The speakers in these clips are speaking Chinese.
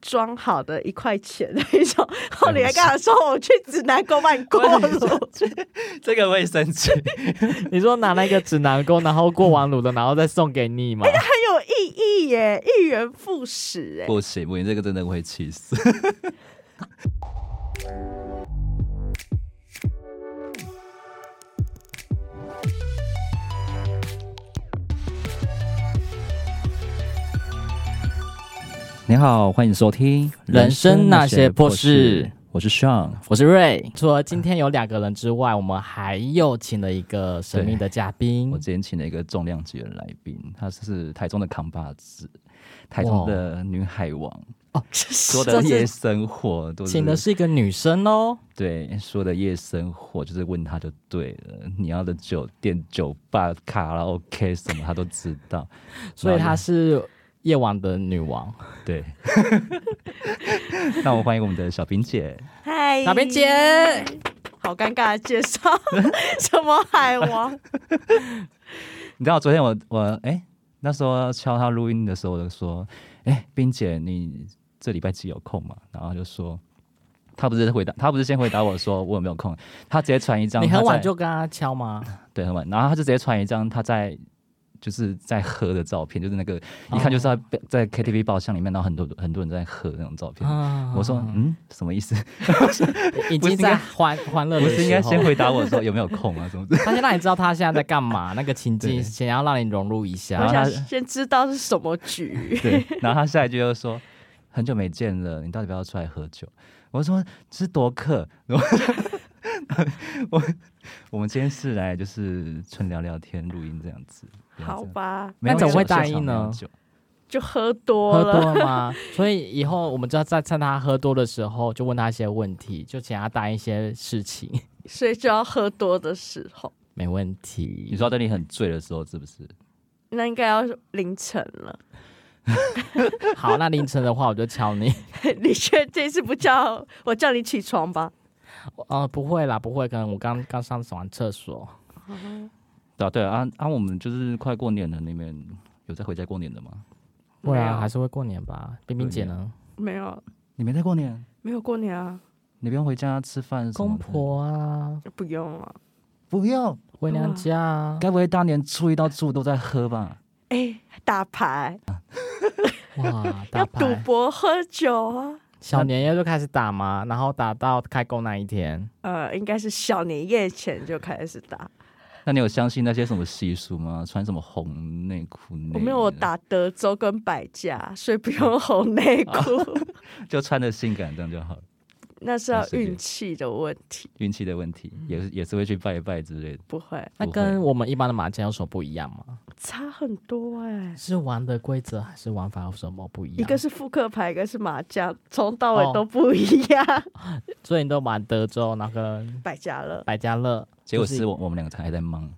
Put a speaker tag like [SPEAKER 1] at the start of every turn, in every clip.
[SPEAKER 1] 装好的一块钱那一种， 然后你还跟他说我去指南宫买锅炉，
[SPEAKER 2] 这个会生气，
[SPEAKER 3] 你说拿那个指南宫，然后过完炉的，然后再送给 你
[SPEAKER 2] 哎
[SPEAKER 3] 嘛？
[SPEAKER 1] 很有意义耶，一元复始哎。
[SPEAKER 2] 不行不行，这个真的会气死。你好，欢迎收听《
[SPEAKER 3] 人生那些破事》，
[SPEAKER 2] 我是 Sean。
[SPEAKER 3] 我是瑞。除了今天有两个人之外，我们还又请了一个神秘的嘉宾
[SPEAKER 2] 我。之前请了一个重量级的来宾，她是台中的扛把子，台中的女海王，说的
[SPEAKER 3] 这是
[SPEAKER 2] 夜生活都
[SPEAKER 3] 请的
[SPEAKER 2] 是
[SPEAKER 3] 是一个女生哦，
[SPEAKER 2] 对，说的夜生活就是问她就对了，你要的酒店、酒吧、卡拉 OK 什么她都知道，
[SPEAKER 3] 所以
[SPEAKER 2] 然后
[SPEAKER 3] 她是夜晚的女王。
[SPEAKER 2] 对。 那我们欢迎我们的小冰姐，
[SPEAKER 1] 嗨，
[SPEAKER 3] 哪边姐？
[SPEAKER 1] 好尴尬的介绍， 什么海王？
[SPEAKER 2] 你知道昨天我我哎、那时候敲她录音的时候，我就说，哎、冰姐你这礼拜几有空嘛？然后她就说。她不是回答，她不是先回答我说我有没有空，她直接传一张
[SPEAKER 3] 你
[SPEAKER 2] 她在。
[SPEAKER 3] 很晚就跟她敲吗？
[SPEAKER 2] 对，很晚。然后他就直接传一张他在就是在喝的照片，就是那个
[SPEAKER 3] 哦
[SPEAKER 2] 一看就是在被在 KTV 包厢里面，然后很多很多人在喝那种照片。
[SPEAKER 3] 嗯
[SPEAKER 2] 哎我说嗯，什么意 思？
[SPEAKER 3] 已
[SPEAKER 2] 不是
[SPEAKER 3] 经
[SPEAKER 2] 应该
[SPEAKER 3] 在欢欢乐
[SPEAKER 2] 不
[SPEAKER 3] 的
[SPEAKER 2] 是应该
[SPEAKER 3] 时候
[SPEAKER 2] 先回答我说有没有空啊？什么之类的？
[SPEAKER 3] 他先让你知道他现在在干嘛，那个情境
[SPEAKER 2] 对
[SPEAKER 3] 想要让你融入一
[SPEAKER 1] 我
[SPEAKER 2] 然后
[SPEAKER 3] 下。
[SPEAKER 2] 他
[SPEAKER 1] 想先知道是什么 局。
[SPEAKER 2] 对。然后他下一句又说很久没见了，你到底要不要出来喝酒？我说是多客。 然后我我们今天是来就是纯聊聊天、录音这样子。不要
[SPEAKER 1] 好
[SPEAKER 2] 这样，
[SPEAKER 1] 吧，
[SPEAKER 2] 没有
[SPEAKER 3] 那怎么会
[SPEAKER 2] 酒现
[SPEAKER 3] 答应
[SPEAKER 2] 场没有
[SPEAKER 3] 呢
[SPEAKER 2] 酒
[SPEAKER 1] 就喝多
[SPEAKER 3] 喝多
[SPEAKER 1] 了，
[SPEAKER 3] 了吗？ 所以以后我们就要在趁他喝多的时候，就问他一些问题，就请他答一些事情，
[SPEAKER 1] 所以就要喝多的时候，
[SPEAKER 3] 没问
[SPEAKER 2] 你
[SPEAKER 3] 题。
[SPEAKER 2] 说等你很醉的时候是不是？
[SPEAKER 1] 那应该要凌晨了。
[SPEAKER 3] 好，那凌晨的话我就敲你。
[SPEAKER 1] 你确这次不叫我叫你起床吧？
[SPEAKER 3] 哦，不会啦，不会，可能我刚刚上完厕所。
[SPEAKER 2] 对啊，对啊，啊，我们就是快过年了，你们有在回家过年的吗？
[SPEAKER 3] 不
[SPEAKER 1] 没有
[SPEAKER 3] 然啊还是会过年吧。冰冰姐呢？
[SPEAKER 1] 没有，
[SPEAKER 2] 你没在过年，
[SPEAKER 1] 没有过年啊，
[SPEAKER 2] 你不用回家吃饭什么
[SPEAKER 3] 公
[SPEAKER 2] 的，
[SPEAKER 3] 婆啊，
[SPEAKER 1] 不用啊。
[SPEAKER 2] 不用，
[SPEAKER 3] 回娘家啊。
[SPEAKER 2] 该不会大年初一到初五都在喝吧？
[SPEAKER 1] 哎，打牌
[SPEAKER 3] 哇，
[SPEAKER 1] 要
[SPEAKER 3] 打
[SPEAKER 1] 赌
[SPEAKER 3] 牌。
[SPEAKER 1] 博喝酒啊，
[SPEAKER 3] 小年夜就开始打嘛，然后打到开工那一天。
[SPEAKER 1] 呃，应该是小年夜前就开始打。
[SPEAKER 2] 那你有相信那些什么习俗吗？穿什么红内裤内衣？
[SPEAKER 1] 我没有，我打德州跟百家，所以不用红内 裤，
[SPEAKER 2] 就穿的性感这样就好了。
[SPEAKER 1] 哦那是要
[SPEAKER 2] 随便
[SPEAKER 1] 运气的问题，
[SPEAKER 2] 运气的问题，也是也是会去拜一拜之类的。
[SPEAKER 1] 不会
[SPEAKER 3] 那
[SPEAKER 2] 不会
[SPEAKER 3] 跟我们一般的麻将有什么不一样吗？
[SPEAKER 1] 差很多哎、
[SPEAKER 3] 是玩的规则还是玩法有什么不一样？
[SPEAKER 1] 一个是复刻牌，一个是麻将，从到尾
[SPEAKER 3] 哦
[SPEAKER 1] 都不一样。
[SPEAKER 3] 所以你都玩德州，然后跟
[SPEAKER 1] 百家乐，
[SPEAKER 3] 百家 乐。
[SPEAKER 2] 结果
[SPEAKER 3] 就是
[SPEAKER 2] 我我们两个才还在忙，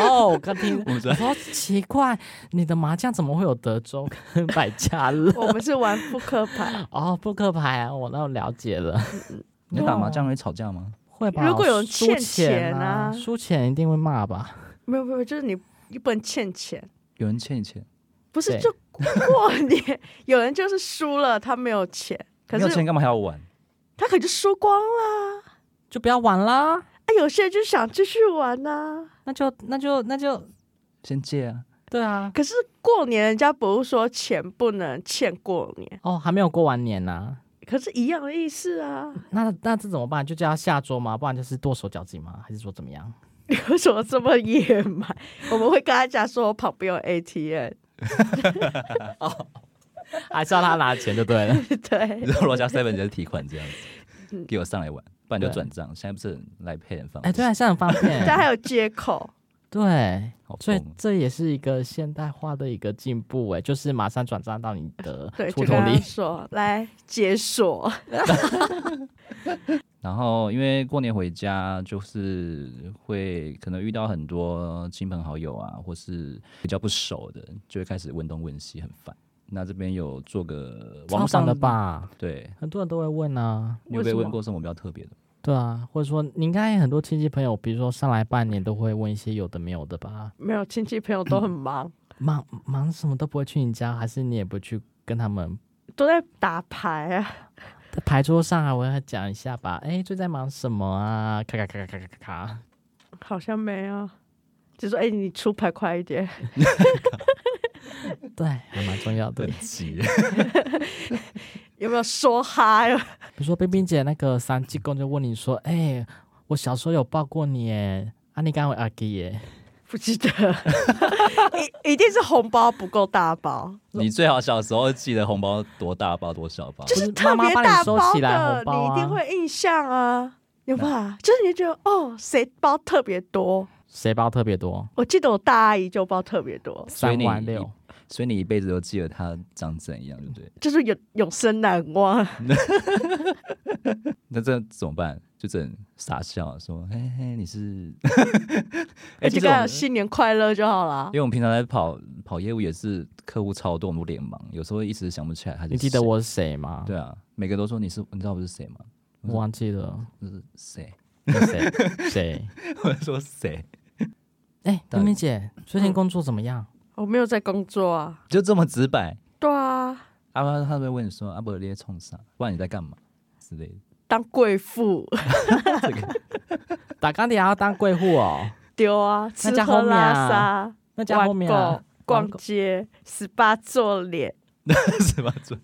[SPEAKER 3] 哦，我刚听
[SPEAKER 2] 我
[SPEAKER 3] 我
[SPEAKER 2] 们在
[SPEAKER 3] 说奇怪，你的麻将怎么会有德 州跟百家乐？
[SPEAKER 1] 我们是玩复刻牌。
[SPEAKER 3] 哦，扑克牌啊，我那我了解 了，
[SPEAKER 2] 你
[SPEAKER 3] 啊
[SPEAKER 2] 打麻将会吵架吗？
[SPEAKER 3] 会吧？
[SPEAKER 1] 如果有人
[SPEAKER 3] 输
[SPEAKER 1] 欠
[SPEAKER 3] 钱
[SPEAKER 1] 钱
[SPEAKER 3] 啊，
[SPEAKER 1] 啊
[SPEAKER 3] 输钱一定会骂吧？
[SPEAKER 1] 没有没有，就是你你不能欠钱，
[SPEAKER 2] 有人欠你钱，
[SPEAKER 1] 不是
[SPEAKER 3] 对
[SPEAKER 1] 就过年有人就是输了，他没有钱，可
[SPEAKER 2] 没有钱
[SPEAKER 1] 是
[SPEAKER 2] 干嘛还要玩？
[SPEAKER 1] 他可就输光啊啦。
[SPEAKER 3] 就不要玩啦，
[SPEAKER 1] 啊，有些人就想继续玩啊呐、
[SPEAKER 3] 那就那就那就
[SPEAKER 2] 先借啊！
[SPEAKER 3] 对啊。
[SPEAKER 1] 可是过年人家不是说钱不能欠过年，
[SPEAKER 3] 哦，还没有过完年呢、
[SPEAKER 1] 可是一样的意思啊。
[SPEAKER 3] 那那这怎么办？就叫他下桌吗？不然就是剁手脚筋吗？还是说怎么样？
[SPEAKER 1] 你为什么这么野蛮？我们会跟他讲说，我旁边有 ATM，
[SPEAKER 3] 还是要他拿钱就对 了。
[SPEAKER 1] 对，
[SPEAKER 2] 然后罗家 seven 就是提款这样子，给我上来玩，不然就转账。现在不是很来配很方
[SPEAKER 3] 嗯
[SPEAKER 2] 便？
[SPEAKER 3] 哎、对啊，现在很方便。
[SPEAKER 1] 但还有接口，
[SPEAKER 3] 对，
[SPEAKER 2] 好
[SPEAKER 3] 所以
[SPEAKER 2] 疯哦
[SPEAKER 3] 这也是一个现代化的一个进步，哎，就是马上转账到你的
[SPEAKER 1] 对，
[SPEAKER 3] 户
[SPEAKER 1] 就
[SPEAKER 3] 头
[SPEAKER 1] 跟他
[SPEAKER 3] 里。
[SPEAKER 1] 说来解锁，
[SPEAKER 2] 然后因为过年回家，就是会可能遇到很多亲朋好友啊，或是比较不熟的，就会开始问东问西，很烦。那这边有做个网络
[SPEAKER 3] 超
[SPEAKER 2] 上
[SPEAKER 3] 常的？吧，
[SPEAKER 2] 对，
[SPEAKER 3] 很多人都会问啊，
[SPEAKER 2] 你有
[SPEAKER 1] 为
[SPEAKER 2] 没
[SPEAKER 1] 什
[SPEAKER 2] 有
[SPEAKER 1] 么
[SPEAKER 2] 问过什么比较特别的？
[SPEAKER 3] 对啊，或者说你应该很多亲戚朋友，比如说上来半年都会问一些有的没有的吧，
[SPEAKER 1] 没有亲戚朋友都很忙，
[SPEAKER 3] 忙忙什么都不会去你家，还是你也不去跟他们
[SPEAKER 1] 都在打牌啊，
[SPEAKER 3] 在牌桌上啊，我要讲一下吧。哎，最近在忙什么啊？咔咔咔咔咔咔咔。
[SPEAKER 1] 好像没有。就说哎、你出牌快一点，
[SPEAKER 3] 对，还蛮重要的
[SPEAKER 2] 很。 急。
[SPEAKER 1] 有没有说嗨啊了？
[SPEAKER 3] 比如说冰冰姐那个三济公就问你说：“哎、我小时候有抱过你耶，啊，你刚我阿基耶。
[SPEAKER 1] 不记得， 一一定是红包不够大包，
[SPEAKER 2] 你最好小时候记得红包多大包多小包，
[SPEAKER 1] 就是
[SPEAKER 3] 是
[SPEAKER 1] 特别
[SPEAKER 3] 妈妈帮
[SPEAKER 1] 大
[SPEAKER 3] 你收
[SPEAKER 1] 包
[SPEAKER 3] 起来
[SPEAKER 1] 的，
[SPEAKER 3] 红包啊
[SPEAKER 1] 你一定会印象啊，有吧？就是你就觉得哦，谁包特别多？”
[SPEAKER 3] 谁包特别多？
[SPEAKER 1] 我记得我大阿姨就包特别多，
[SPEAKER 2] 所以
[SPEAKER 3] 三
[SPEAKER 2] 你
[SPEAKER 3] 万六，
[SPEAKER 2] 所以你一辈子都记得它长怎样，对不对？
[SPEAKER 1] 就是永永生难忘。
[SPEAKER 2] 那这怎么办？就只能傻笑说：“嘿嘿，你是……哎、
[SPEAKER 1] 而
[SPEAKER 2] 其
[SPEAKER 1] 且
[SPEAKER 2] 实我
[SPEAKER 1] 刚
[SPEAKER 2] 们
[SPEAKER 1] 好新年快乐就好啦
[SPEAKER 2] 因。为我们平常在跑跑业务也是客户超多，我们都脸盲，有时候一时想不起来他是谁。
[SPEAKER 3] 你记得我是谁吗？
[SPEAKER 2] 对啊，每个都说你是，你知道我是谁吗？
[SPEAKER 3] 我忘记 了
[SPEAKER 2] 我是谁？
[SPEAKER 3] 谁谁。
[SPEAKER 2] 我 说谁？
[SPEAKER 3] 哎、
[SPEAKER 2] 到底
[SPEAKER 3] 冰冰姐，最近工作怎么样？
[SPEAKER 1] 我没有在工作啊，
[SPEAKER 2] 就这么直白。
[SPEAKER 1] 对啊，
[SPEAKER 2] 阿、啊、他会问你说：“阿伯，你在冲啥？不然你在干嘛？”之类的。
[SPEAKER 1] 当贵妇
[SPEAKER 2] 这个
[SPEAKER 3] 打钢铁还要当贵妇哦，
[SPEAKER 1] 丢啊，吃
[SPEAKER 3] 那家
[SPEAKER 1] 喝
[SPEAKER 3] 后面
[SPEAKER 1] 拉
[SPEAKER 3] 啊
[SPEAKER 1] 撒，
[SPEAKER 3] 那家后面
[SPEAKER 1] 玩
[SPEAKER 3] 啊
[SPEAKER 1] 狗。逛
[SPEAKER 3] 玩狗
[SPEAKER 1] 街，十八做 脸，
[SPEAKER 2] 什么做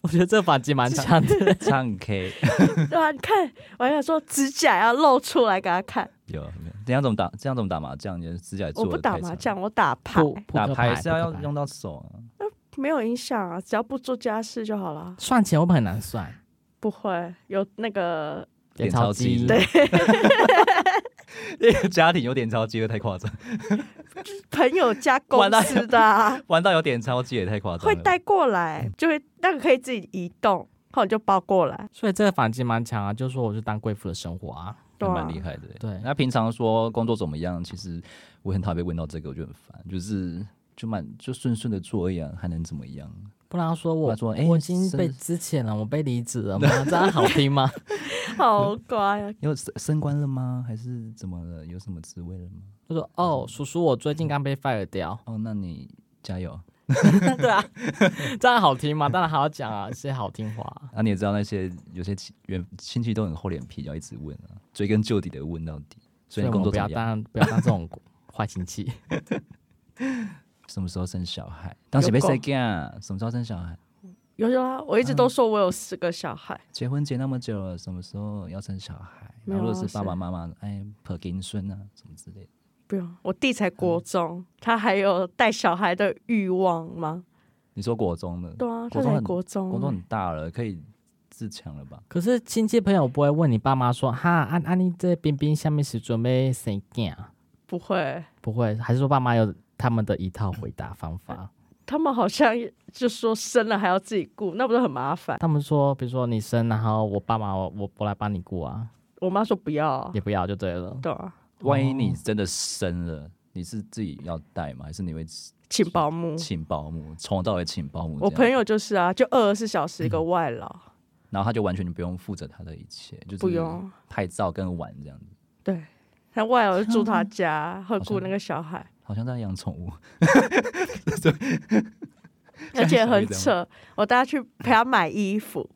[SPEAKER 3] 我觉得这反击蛮强 的。
[SPEAKER 2] 唱 K
[SPEAKER 1] 对啊，你看，我还想说指甲要露出来给他看。
[SPEAKER 2] 有没有？这样怎么打？这样怎么打麻将？你的指甲也做
[SPEAKER 1] 我
[SPEAKER 2] 得
[SPEAKER 1] 不打
[SPEAKER 2] 太
[SPEAKER 1] 麻
[SPEAKER 2] 长
[SPEAKER 1] 将，，我打牌，
[SPEAKER 3] 扑扑
[SPEAKER 2] 打
[SPEAKER 3] 克
[SPEAKER 2] 牌是要
[SPEAKER 3] 扑克
[SPEAKER 2] 用
[SPEAKER 3] 牌
[SPEAKER 2] 用到手 啊。
[SPEAKER 1] 没有影响啊，只要不做家事就好啦。
[SPEAKER 3] 算钱，会不会很难算？
[SPEAKER 1] 不会有那个
[SPEAKER 2] 点钞机
[SPEAKER 3] 机，
[SPEAKER 2] 对，那个家庭有点超机会太夸张，、
[SPEAKER 1] 朋友加公 司的、啊
[SPEAKER 2] 玩到有点超机也太夸张
[SPEAKER 1] 会
[SPEAKER 2] 了。
[SPEAKER 1] 带过来，就会那个可以自己移动，后来就包过来。
[SPEAKER 3] 所以这个反击蛮强啊，就是说我是当贵妇的生活啊。
[SPEAKER 1] 对
[SPEAKER 2] 还
[SPEAKER 1] 啊
[SPEAKER 2] 蛮厉害的。
[SPEAKER 3] 对
[SPEAKER 2] 那平常说工作怎么样，其实我很讨厌被问到这个，我就很烦，就是就蛮就顺顺的做而已啊，还能怎么样？
[SPEAKER 3] 不然他说我
[SPEAKER 2] 他说哎
[SPEAKER 3] 我已经
[SPEAKER 2] 真
[SPEAKER 3] 被
[SPEAKER 2] 的
[SPEAKER 3] 之前了，我被离职了嘛，这样好听吗？
[SPEAKER 1] 好乖啊！
[SPEAKER 2] 你有升升官了吗？还是怎么了？有什么职位了吗？
[SPEAKER 3] 他说哦，叔叔，我最近刚被 fire 掉，
[SPEAKER 2] 哦，那你加油。
[SPEAKER 3] 对啊，这样好听吗？当然好讲啊，是好听话啊。
[SPEAKER 2] 啊，你也知道那些有些亲远亲戚都很厚脸皮，要一直问啊，追根究底的问到底。所以你
[SPEAKER 3] 我
[SPEAKER 2] 工
[SPEAKER 3] 们
[SPEAKER 2] 作
[SPEAKER 3] 不
[SPEAKER 2] 怎
[SPEAKER 3] 要
[SPEAKER 2] 么样？
[SPEAKER 3] 当不要当这种坏亲戚。
[SPEAKER 2] 什么时候生小孩？当时被谁干？什么时候生小孩？
[SPEAKER 1] 有有啊，我一直都说我有十个小孩，
[SPEAKER 2] 结婚结那么久了，什么时候要生小孩？
[SPEAKER 1] 没
[SPEAKER 2] 然
[SPEAKER 1] 有
[SPEAKER 2] 后如
[SPEAKER 1] 啊
[SPEAKER 2] 果是爸
[SPEAKER 1] 是
[SPEAKER 2] 爸妈妈，哎，婆金孙啊，什么之类的。
[SPEAKER 1] 不用，我弟才国中，他还有带小孩的欲望吗？
[SPEAKER 2] 你说国中的，
[SPEAKER 1] 对啊，他
[SPEAKER 2] 国中
[SPEAKER 1] 才
[SPEAKER 2] 很
[SPEAKER 1] 国中，
[SPEAKER 2] 国中很大了，可以自强了吧？
[SPEAKER 3] 可是亲戚朋友不会问你爸妈说哈，安安妮这冰冰下面是准备生囝啊，
[SPEAKER 1] 不会，
[SPEAKER 3] 不会，还是说爸妈有他们的一套回答方法？
[SPEAKER 1] 他们好像就说生了还要自己顾，那不是很麻烦？
[SPEAKER 3] 他们说，比如说你生，然后我爸妈我我我来帮你顾啊，
[SPEAKER 1] 我妈说不要啊，
[SPEAKER 3] 也不要就对了。
[SPEAKER 1] 对啊，
[SPEAKER 2] 万一你真的生了，你是自己要带吗？还是你会
[SPEAKER 1] 请保姆。
[SPEAKER 2] 请保姆，从头到尾请保姆这
[SPEAKER 1] 我
[SPEAKER 2] 样？
[SPEAKER 1] 朋友就是啊，就二十四小时一个外劳，
[SPEAKER 2] 嗯然后他就完全不用负责他的一切，就是
[SPEAKER 1] 不用。
[SPEAKER 2] 太早跟晚这样子，
[SPEAKER 1] 对，他外 劳就住他家，会顾那个小孩，
[SPEAKER 2] 好像在养宠物。
[SPEAKER 1] 而且很
[SPEAKER 2] 像小
[SPEAKER 1] 扯。我带他去陪他买衣服，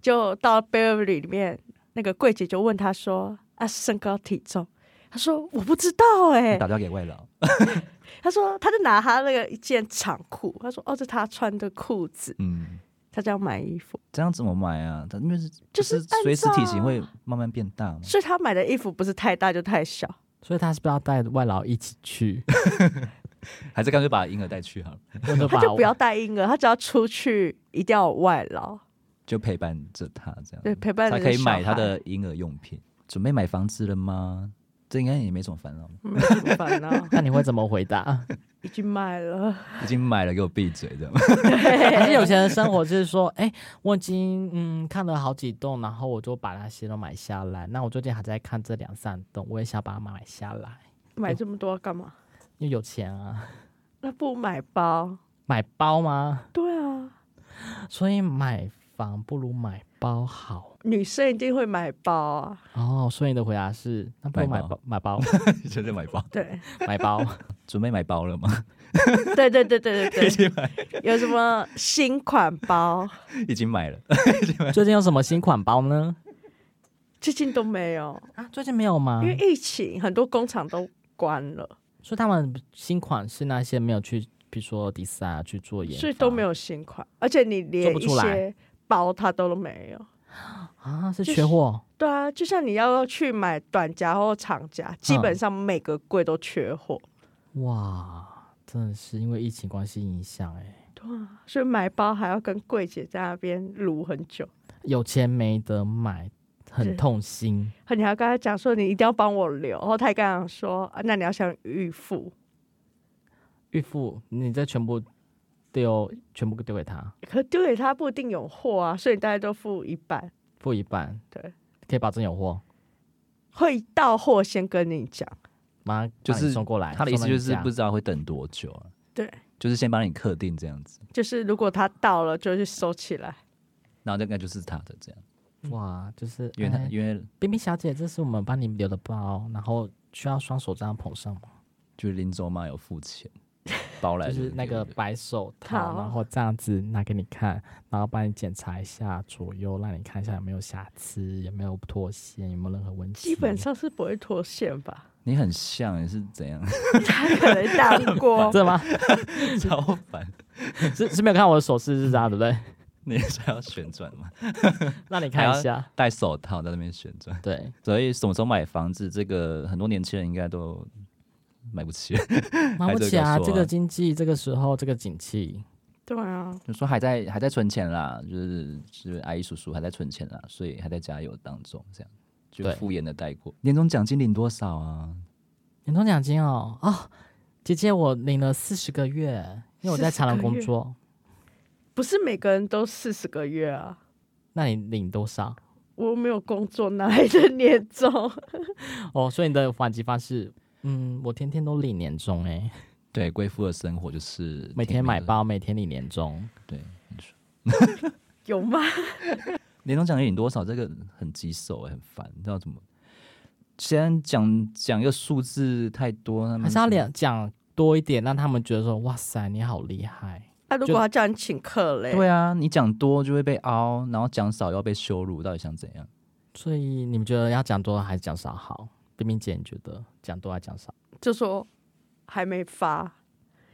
[SPEAKER 1] 就到 Burberry 里面，那个柜姐就问他说：“啊，身高体重？”他说：“我不知道哎、
[SPEAKER 2] 打电话给外劳，
[SPEAKER 1] 他说：“他就拿他那个一件长裤，他说：‘哦，这是他穿的裤子。
[SPEAKER 2] 嗯，’
[SPEAKER 1] 他这样买衣服，
[SPEAKER 2] 这样怎么买啊？他因为是
[SPEAKER 1] 就是
[SPEAKER 2] 不随时
[SPEAKER 1] 按照
[SPEAKER 2] 体型会慢慢变大嘛。
[SPEAKER 1] 所以他买的衣服不是太大就太小。
[SPEAKER 3] 所以他是不是要带外劳一起 去，
[SPEAKER 2] 还是干脆把婴儿带去好了，
[SPEAKER 3] 或者
[SPEAKER 1] 他
[SPEAKER 3] 把
[SPEAKER 1] 就不要带婴儿，他只要出去一定要有外劳，
[SPEAKER 2] 就陪伴着他这样。
[SPEAKER 1] 对，陪伴着
[SPEAKER 2] 嗯才可以
[SPEAKER 1] 小
[SPEAKER 2] 买他
[SPEAKER 1] 孩
[SPEAKER 2] 的婴儿用品。准备买房子了吗？这应该也没什么烦 恼，
[SPEAKER 1] 没什么嗯烦恼，
[SPEAKER 3] 那你会怎么回答？
[SPEAKER 1] 已经买了。
[SPEAKER 2] 已经买了，给我闭嘴这样。
[SPEAKER 3] 还是有钱人生活就是说，哎、我已经嗯看了好几栋，然后我就把那些都买下来。那我最近还在看这两三栋，我也想把它买下来，
[SPEAKER 1] 买这么多干嘛？
[SPEAKER 3] 因为有钱啊。
[SPEAKER 1] 那不买包？
[SPEAKER 3] 买包吗？
[SPEAKER 1] 对啊，
[SPEAKER 3] 所以买房不如买包好。
[SPEAKER 1] 女生一定会买包啊。
[SPEAKER 3] 哦，所以你的回答是，那不如买
[SPEAKER 2] 买包
[SPEAKER 3] 包买包
[SPEAKER 2] 就在买包，
[SPEAKER 1] 对，
[SPEAKER 3] 买包。
[SPEAKER 2] 准备买包了吗？
[SPEAKER 1] 对对对对对 对，
[SPEAKER 2] 已经买，
[SPEAKER 1] 有什么新款包？
[SPEAKER 2] 已经买了。
[SPEAKER 3] 最近有什么新款包呢？
[SPEAKER 1] 最近都没有，
[SPEAKER 3] 啊，最近没有吗
[SPEAKER 1] 因？为疫情，很多工厂都关了，
[SPEAKER 3] 所以他们新款是那些没有去，比如说迪斯啊去做研发，
[SPEAKER 1] 所以都没有新款，而且你连
[SPEAKER 3] 做不
[SPEAKER 1] 一
[SPEAKER 3] 出来
[SPEAKER 1] 些包它都没有。
[SPEAKER 3] 啊，是
[SPEAKER 1] 就是
[SPEAKER 3] 缺货。
[SPEAKER 1] 对啊，就像你要去买短夹或长夹，基本上每个柜都缺货。
[SPEAKER 3] 哇，真的是因为疫情关系影响哎、
[SPEAKER 1] 对啊，所以买包还要跟柜姐在那边撸很久，
[SPEAKER 3] 有钱没得买，很
[SPEAKER 1] 对
[SPEAKER 3] 痛心。
[SPEAKER 1] 和你还跟她讲说你一定要帮我留，然后她还跟她讲说、啊、那你要想预付，
[SPEAKER 3] 孕妇，你这全部丢，全部丢给他，
[SPEAKER 1] 可丢给她不一定有货啊，所以大家都付一半，
[SPEAKER 3] 付一半，
[SPEAKER 1] 对，
[SPEAKER 3] 可以保证有货，
[SPEAKER 1] 会到货先跟你讲，
[SPEAKER 3] 马上
[SPEAKER 2] 就
[SPEAKER 3] 帮你
[SPEAKER 2] 是
[SPEAKER 3] 送过来。
[SPEAKER 2] 他的意思
[SPEAKER 3] 送到
[SPEAKER 2] 就
[SPEAKER 3] 你
[SPEAKER 2] 是
[SPEAKER 3] 家
[SPEAKER 2] 不知道会等多久啊，
[SPEAKER 1] 对，
[SPEAKER 2] 就是先帮你刻定这样子，
[SPEAKER 1] 就是如果她到了就去收起来，
[SPEAKER 2] 然后大概就是他的这样，
[SPEAKER 3] 哇，就是
[SPEAKER 2] 因为他
[SPEAKER 3] 哎
[SPEAKER 2] 因为
[SPEAKER 3] 冰冰小姐，这是我们帮你留的包，然后需要双手这样捧上吗？
[SPEAKER 2] 就是林州妈有付 钱，包来
[SPEAKER 3] 就
[SPEAKER 2] 的
[SPEAKER 3] 是那个
[SPEAKER 2] 给
[SPEAKER 3] 白手
[SPEAKER 1] 套
[SPEAKER 3] 套，然后这样子拿给你看，然后帮你检查一下左右，让你看一下有没有瑕疵，有没有脱线，有没有任何问题。
[SPEAKER 1] 基本上是不会脱线吧，
[SPEAKER 2] 你很像，你是怎样？
[SPEAKER 1] 她可能当过
[SPEAKER 3] 真的吗？
[SPEAKER 2] 超烦，
[SPEAKER 3] 是是没有看我的手势是这样，对不 对？
[SPEAKER 2] 你是要旋转吗？
[SPEAKER 3] 让你看一下，
[SPEAKER 2] 戴手套在那边旋转，
[SPEAKER 3] 对，
[SPEAKER 2] 所以什么时候买房子，这个很多年轻人应该都买不起，
[SPEAKER 3] 买不起啊！
[SPEAKER 2] 还这个说啊
[SPEAKER 3] 这个经济，这个时候，这个景气，
[SPEAKER 1] 对啊，
[SPEAKER 2] 就说还在还在存钱啦，就是就是阿姨叔叔还在存钱啦，所以还在加油当中，这样就
[SPEAKER 3] 对
[SPEAKER 2] 敷衍的带过。年终奖金领多少啊？
[SPEAKER 3] 年终奖金哦哦，姐姐我领了四十个月，因为我在长隆工作。
[SPEAKER 1] 不是每个人都四十个月啊。
[SPEAKER 3] 那你领多少？
[SPEAKER 1] 我没有工作，哪来的年终？
[SPEAKER 3] 哦，所以你的还击方式，嗯，我天天都领年终哎、
[SPEAKER 2] 对，贵妇的生活就是
[SPEAKER 3] 每天买。包，每天领年终。
[SPEAKER 2] 对，
[SPEAKER 1] 有吗？
[SPEAKER 2] 年终奖金领多少？这个很棘手、欸很烦，你知道怎么？先讲讲一个数字太多，他们
[SPEAKER 3] 还是要两讲多一点，让他们觉得说，哇塞，你好厉害。
[SPEAKER 1] 那、如果他叫你请客嘞？
[SPEAKER 2] 对啊，你讲多就会被凹，然后讲少又要被羞辱，到底想怎样？
[SPEAKER 3] 所以你们觉得要讲多还是讲少好？冰冰姐，你觉得讲多还是讲少？
[SPEAKER 1] 就说还没发，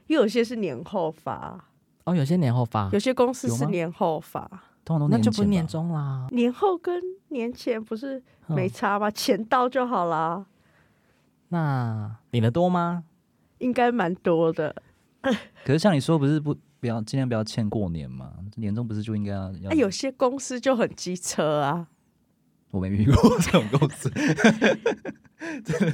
[SPEAKER 1] 因为有些是年后发，
[SPEAKER 3] 哦，有些年后发，
[SPEAKER 1] 有些公司
[SPEAKER 2] 啊有吗
[SPEAKER 1] 是年后发，
[SPEAKER 2] 通常都
[SPEAKER 3] 那
[SPEAKER 2] 前
[SPEAKER 3] 就不是
[SPEAKER 2] 吧
[SPEAKER 3] 年终啦。
[SPEAKER 1] 年后跟年前不是
[SPEAKER 3] 嗯
[SPEAKER 1] 没差吗？钱到就好啦，
[SPEAKER 3] 那领的多吗？
[SPEAKER 1] 应该蛮多的。
[SPEAKER 2] 可是像你说，不是不不要尽量不要欠过年嘛？年终不是就应该要？要
[SPEAKER 1] 那、啊哎有些公司就很机车啊，
[SPEAKER 2] 我没遇过这种公司， 真的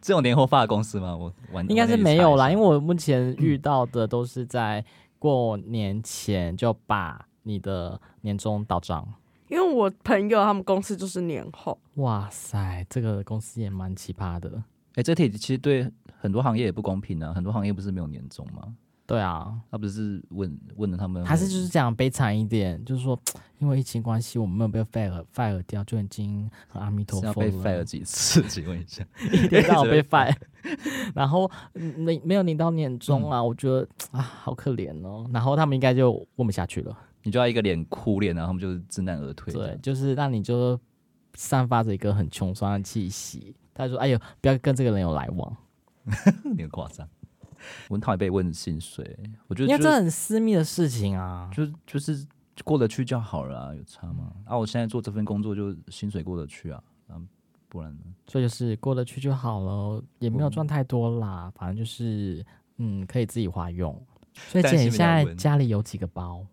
[SPEAKER 2] 这种年后发的公司吗？我完
[SPEAKER 3] 应该是没有啦，因
[SPEAKER 2] 为
[SPEAKER 3] 为嗯我目前遇到的都是在过年前就把你的年终到账。
[SPEAKER 1] 因为我朋友他们公司就是年后，
[SPEAKER 3] 哇塞，这个公司也蛮奇葩的。
[SPEAKER 2] 哎、这题其实对很多行业也不公平啊，很多行业不是没有年终吗？
[SPEAKER 3] 对啊，
[SPEAKER 2] 他不是问问了他们，
[SPEAKER 3] 还是就是讲悲惨一点，就是说，因为疫情关系，我们没有被 fire fire 掉，就已经很阿弥陀
[SPEAKER 2] 是要
[SPEAKER 3] 佛
[SPEAKER 2] 被
[SPEAKER 3] 了。
[SPEAKER 2] fire 几次？请问一下，
[SPEAKER 3] 一天到晚被
[SPEAKER 2] 一直
[SPEAKER 3] fire，然 后嗯没没有领到年终啊，我觉得啊好可怜哦。然后他们应该就问不下去了，
[SPEAKER 2] 你就要一个脸哭脸，然后他们就是知难而退。
[SPEAKER 3] 对，，就是让你就散发着一个很穷酸的气息。他说：“哎呦，不要跟这个人有来往，
[SPEAKER 2] 有点夸张。我很讨厌被问薪水，我觉
[SPEAKER 3] 因
[SPEAKER 2] 得
[SPEAKER 3] 为
[SPEAKER 2] 就是
[SPEAKER 3] 这很私密的事情啊。
[SPEAKER 2] 就就是过得去就好了啊，有差吗？啊，我现在做这份工作就薪水过得去啊，啊，不然呢？
[SPEAKER 3] 所以就是过得去就好了，也没有赚太多啦，反正就是嗯可以自己花用。所以
[SPEAKER 2] 担
[SPEAKER 3] 姐，
[SPEAKER 2] 心
[SPEAKER 3] 你
[SPEAKER 2] 比
[SPEAKER 3] 现
[SPEAKER 2] 较
[SPEAKER 3] 在
[SPEAKER 2] 稳
[SPEAKER 3] 家里有几个包？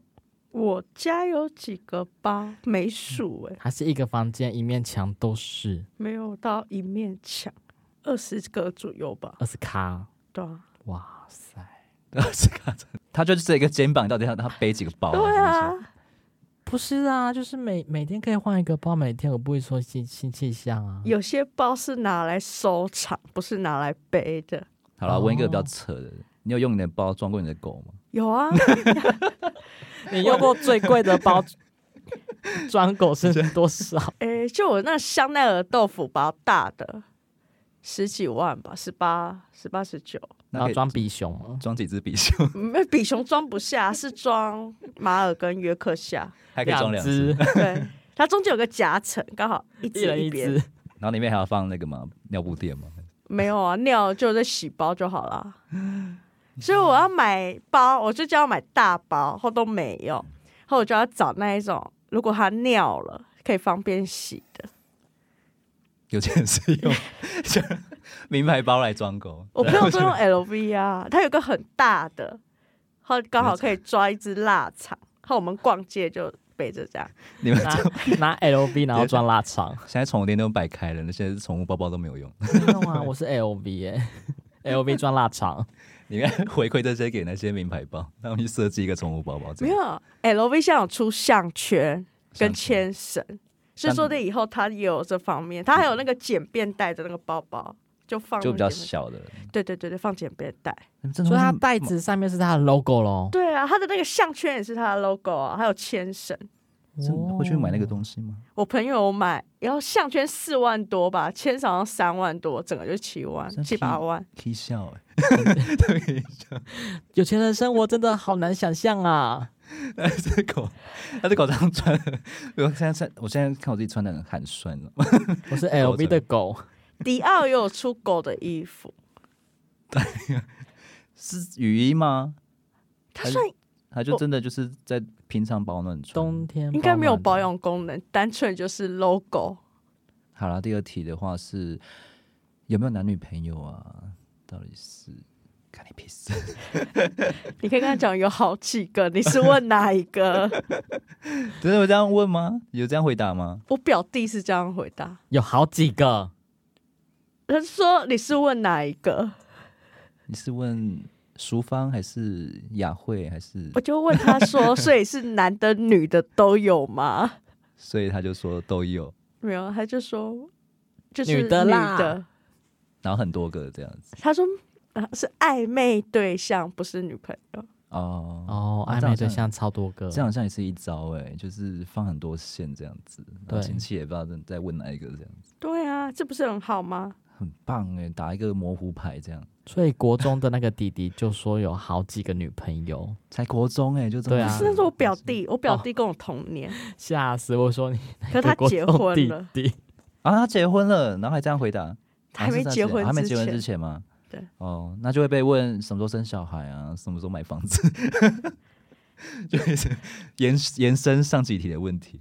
[SPEAKER 1] 我家有几个包没数
[SPEAKER 2] 嗯
[SPEAKER 1] 哎、
[SPEAKER 3] 还是一个房间一面墙都是
[SPEAKER 1] 没有到一面墙，二十个左右吧，
[SPEAKER 3] 二十卡？
[SPEAKER 1] 对啊，
[SPEAKER 3] 哇塞！
[SPEAKER 2] 是看着 他就是这一个肩膀，到底要他背哦几个嗯包、
[SPEAKER 1] 对
[SPEAKER 2] 是不
[SPEAKER 1] 啊
[SPEAKER 2] 是。。
[SPEAKER 3] 不是啊，就是每每天可以换一个包，每天我不会说新新气象啊。
[SPEAKER 1] 有些包是拿来收藏，不是拿来背的。
[SPEAKER 2] 好了，问一个
[SPEAKER 3] 哦
[SPEAKER 2] 比较扯的，你有用你的包装过你的狗吗？
[SPEAKER 1] 有啊，
[SPEAKER 3] 你用过最贵的 包装狗是多少？
[SPEAKER 1] 诶、就我那香奈儿豆腐包大的，十几万吧，十八、十八、十九，
[SPEAKER 2] 那
[SPEAKER 3] 然
[SPEAKER 2] 可
[SPEAKER 3] 后
[SPEAKER 2] 以
[SPEAKER 3] 装比熊吗？
[SPEAKER 2] 啊装几只比熊，
[SPEAKER 1] 没比熊装不下，是装马尔跟约克夏。
[SPEAKER 2] 还可以装两只，
[SPEAKER 3] 只，
[SPEAKER 1] 对，它中间有个夹层，刚好一
[SPEAKER 3] 一
[SPEAKER 1] 只
[SPEAKER 3] 人一
[SPEAKER 1] 边。
[SPEAKER 3] 只。
[SPEAKER 2] 然后里面还要放那个嘛尿布垫嘛，
[SPEAKER 1] 没有啊，尿就在洗包就好 啦。所以我要买包，我就叫他买大包，后都没有，后我就要找那一种，如果它尿了可以方便洗的。
[SPEAKER 2] 有些人是用像名牌包来装狗，
[SPEAKER 1] 我朋友都用 LV 啊，它有个很大的，后刚好可以抓一只腊肠。后我们逛街就背着这样，
[SPEAKER 2] 你们
[SPEAKER 3] 拿拿 LV 然后装腊 肠，
[SPEAKER 2] 现在宠物店都摆开了，那些宠物包包都没有用，
[SPEAKER 3] 没有啊，我是 LV 耶、LV 装腊肠，
[SPEAKER 2] 你应该回馈这些给那些名牌包，让他们去设计一个宠物包包。这
[SPEAKER 1] 没
[SPEAKER 2] 样
[SPEAKER 1] 有 LV 现在有出项圈跟
[SPEAKER 2] 像是
[SPEAKER 1] 牵绳，所以说的以后它也有这方面，它还有那个简便袋的那个包包，就放
[SPEAKER 2] 就比较
[SPEAKER 1] 简便
[SPEAKER 2] 小的，
[SPEAKER 1] 对对对对，放简便袋。
[SPEAKER 2] 所
[SPEAKER 3] 所以它袋子上面是它的 logo 咯。
[SPEAKER 1] 对啊，它的那个项圈也是它的 logo 啊，还有牵绳。
[SPEAKER 2] 会去买
[SPEAKER 3] 哦
[SPEAKER 2] 那个东西吗？
[SPEAKER 1] 我朋友买，然后项圈四万多吧，牵绳好像三万多，整个就七万
[SPEAKER 2] 真
[SPEAKER 1] 七八万。
[SPEAKER 2] 可以笑 哎、
[SPEAKER 3] 有钱人生活真的好难想象啊！
[SPEAKER 2] 那只狗，那只狗这样穿，我现在穿，我现在看我自己穿的很寒酸哦了。
[SPEAKER 3] 我是 LV 的狗，
[SPEAKER 1] 迪奥也有出狗的衣服，
[SPEAKER 2] 是雨衣吗？
[SPEAKER 1] 它算
[SPEAKER 2] 它就真的就是在平常保暖穿。
[SPEAKER 3] 冬天
[SPEAKER 1] 应该没有保
[SPEAKER 3] 暖
[SPEAKER 1] 养功能，单纯就是 logo。
[SPEAKER 2] 好了，第二题的话是有没有男女朋友啊？到底是看你屁事？
[SPEAKER 1] 你可以跟他讲有好几个，你是问哪一个？
[SPEAKER 2] 真的有这样问吗？有这样回答吗？
[SPEAKER 1] 我表弟是这样回答，
[SPEAKER 3] 有好几个，
[SPEAKER 1] 他说你是问哪一个？
[SPEAKER 2] 你是问淑芳还是雅慧还是
[SPEAKER 1] 我？就问他说，所以是男的女的都有吗？
[SPEAKER 2] 所以他就说都有，
[SPEAKER 1] 没有，他就说就是
[SPEAKER 3] 女的啦
[SPEAKER 1] 女的
[SPEAKER 2] 然后很多个这样子
[SPEAKER 1] 他说、啊、是暧昧对象，不是女朋友。
[SPEAKER 2] 哦。
[SPEAKER 3] 哦，
[SPEAKER 2] 啊
[SPEAKER 3] 暧
[SPEAKER 2] 这样
[SPEAKER 3] 昧对象超多个，
[SPEAKER 2] 这样好像也是一招哎、就是放很多线这样子，然后
[SPEAKER 3] 对
[SPEAKER 2] 亲戚也不知道在问哪一个这样子，
[SPEAKER 1] 对啊，这不是很好吗？
[SPEAKER 2] 很棒哎、打一个模糊牌这样。
[SPEAKER 3] 所以国中的那个弟弟就说有好几个女朋友，
[SPEAKER 2] 才国中哎、就这么
[SPEAKER 3] 对啊
[SPEAKER 1] 是那是我表弟，我表弟跟我同年，
[SPEAKER 3] 吓死我！说你
[SPEAKER 1] 可是他
[SPEAKER 3] 国
[SPEAKER 1] 结
[SPEAKER 3] 中
[SPEAKER 1] 婚
[SPEAKER 3] 弟
[SPEAKER 1] 了，
[SPEAKER 3] 弟，
[SPEAKER 2] 啊，他结婚了，然后还这样回答，
[SPEAKER 1] 还没
[SPEAKER 2] 啊是
[SPEAKER 1] 结
[SPEAKER 2] 这样子
[SPEAKER 1] 婚
[SPEAKER 2] 啊还没
[SPEAKER 1] 之
[SPEAKER 2] 结婚之
[SPEAKER 1] 前
[SPEAKER 2] 前吗？
[SPEAKER 1] 对，
[SPEAKER 2] 哦，那就会被问什么时候生小孩啊，什么时候买房 子，就是延延伸上几题的问题。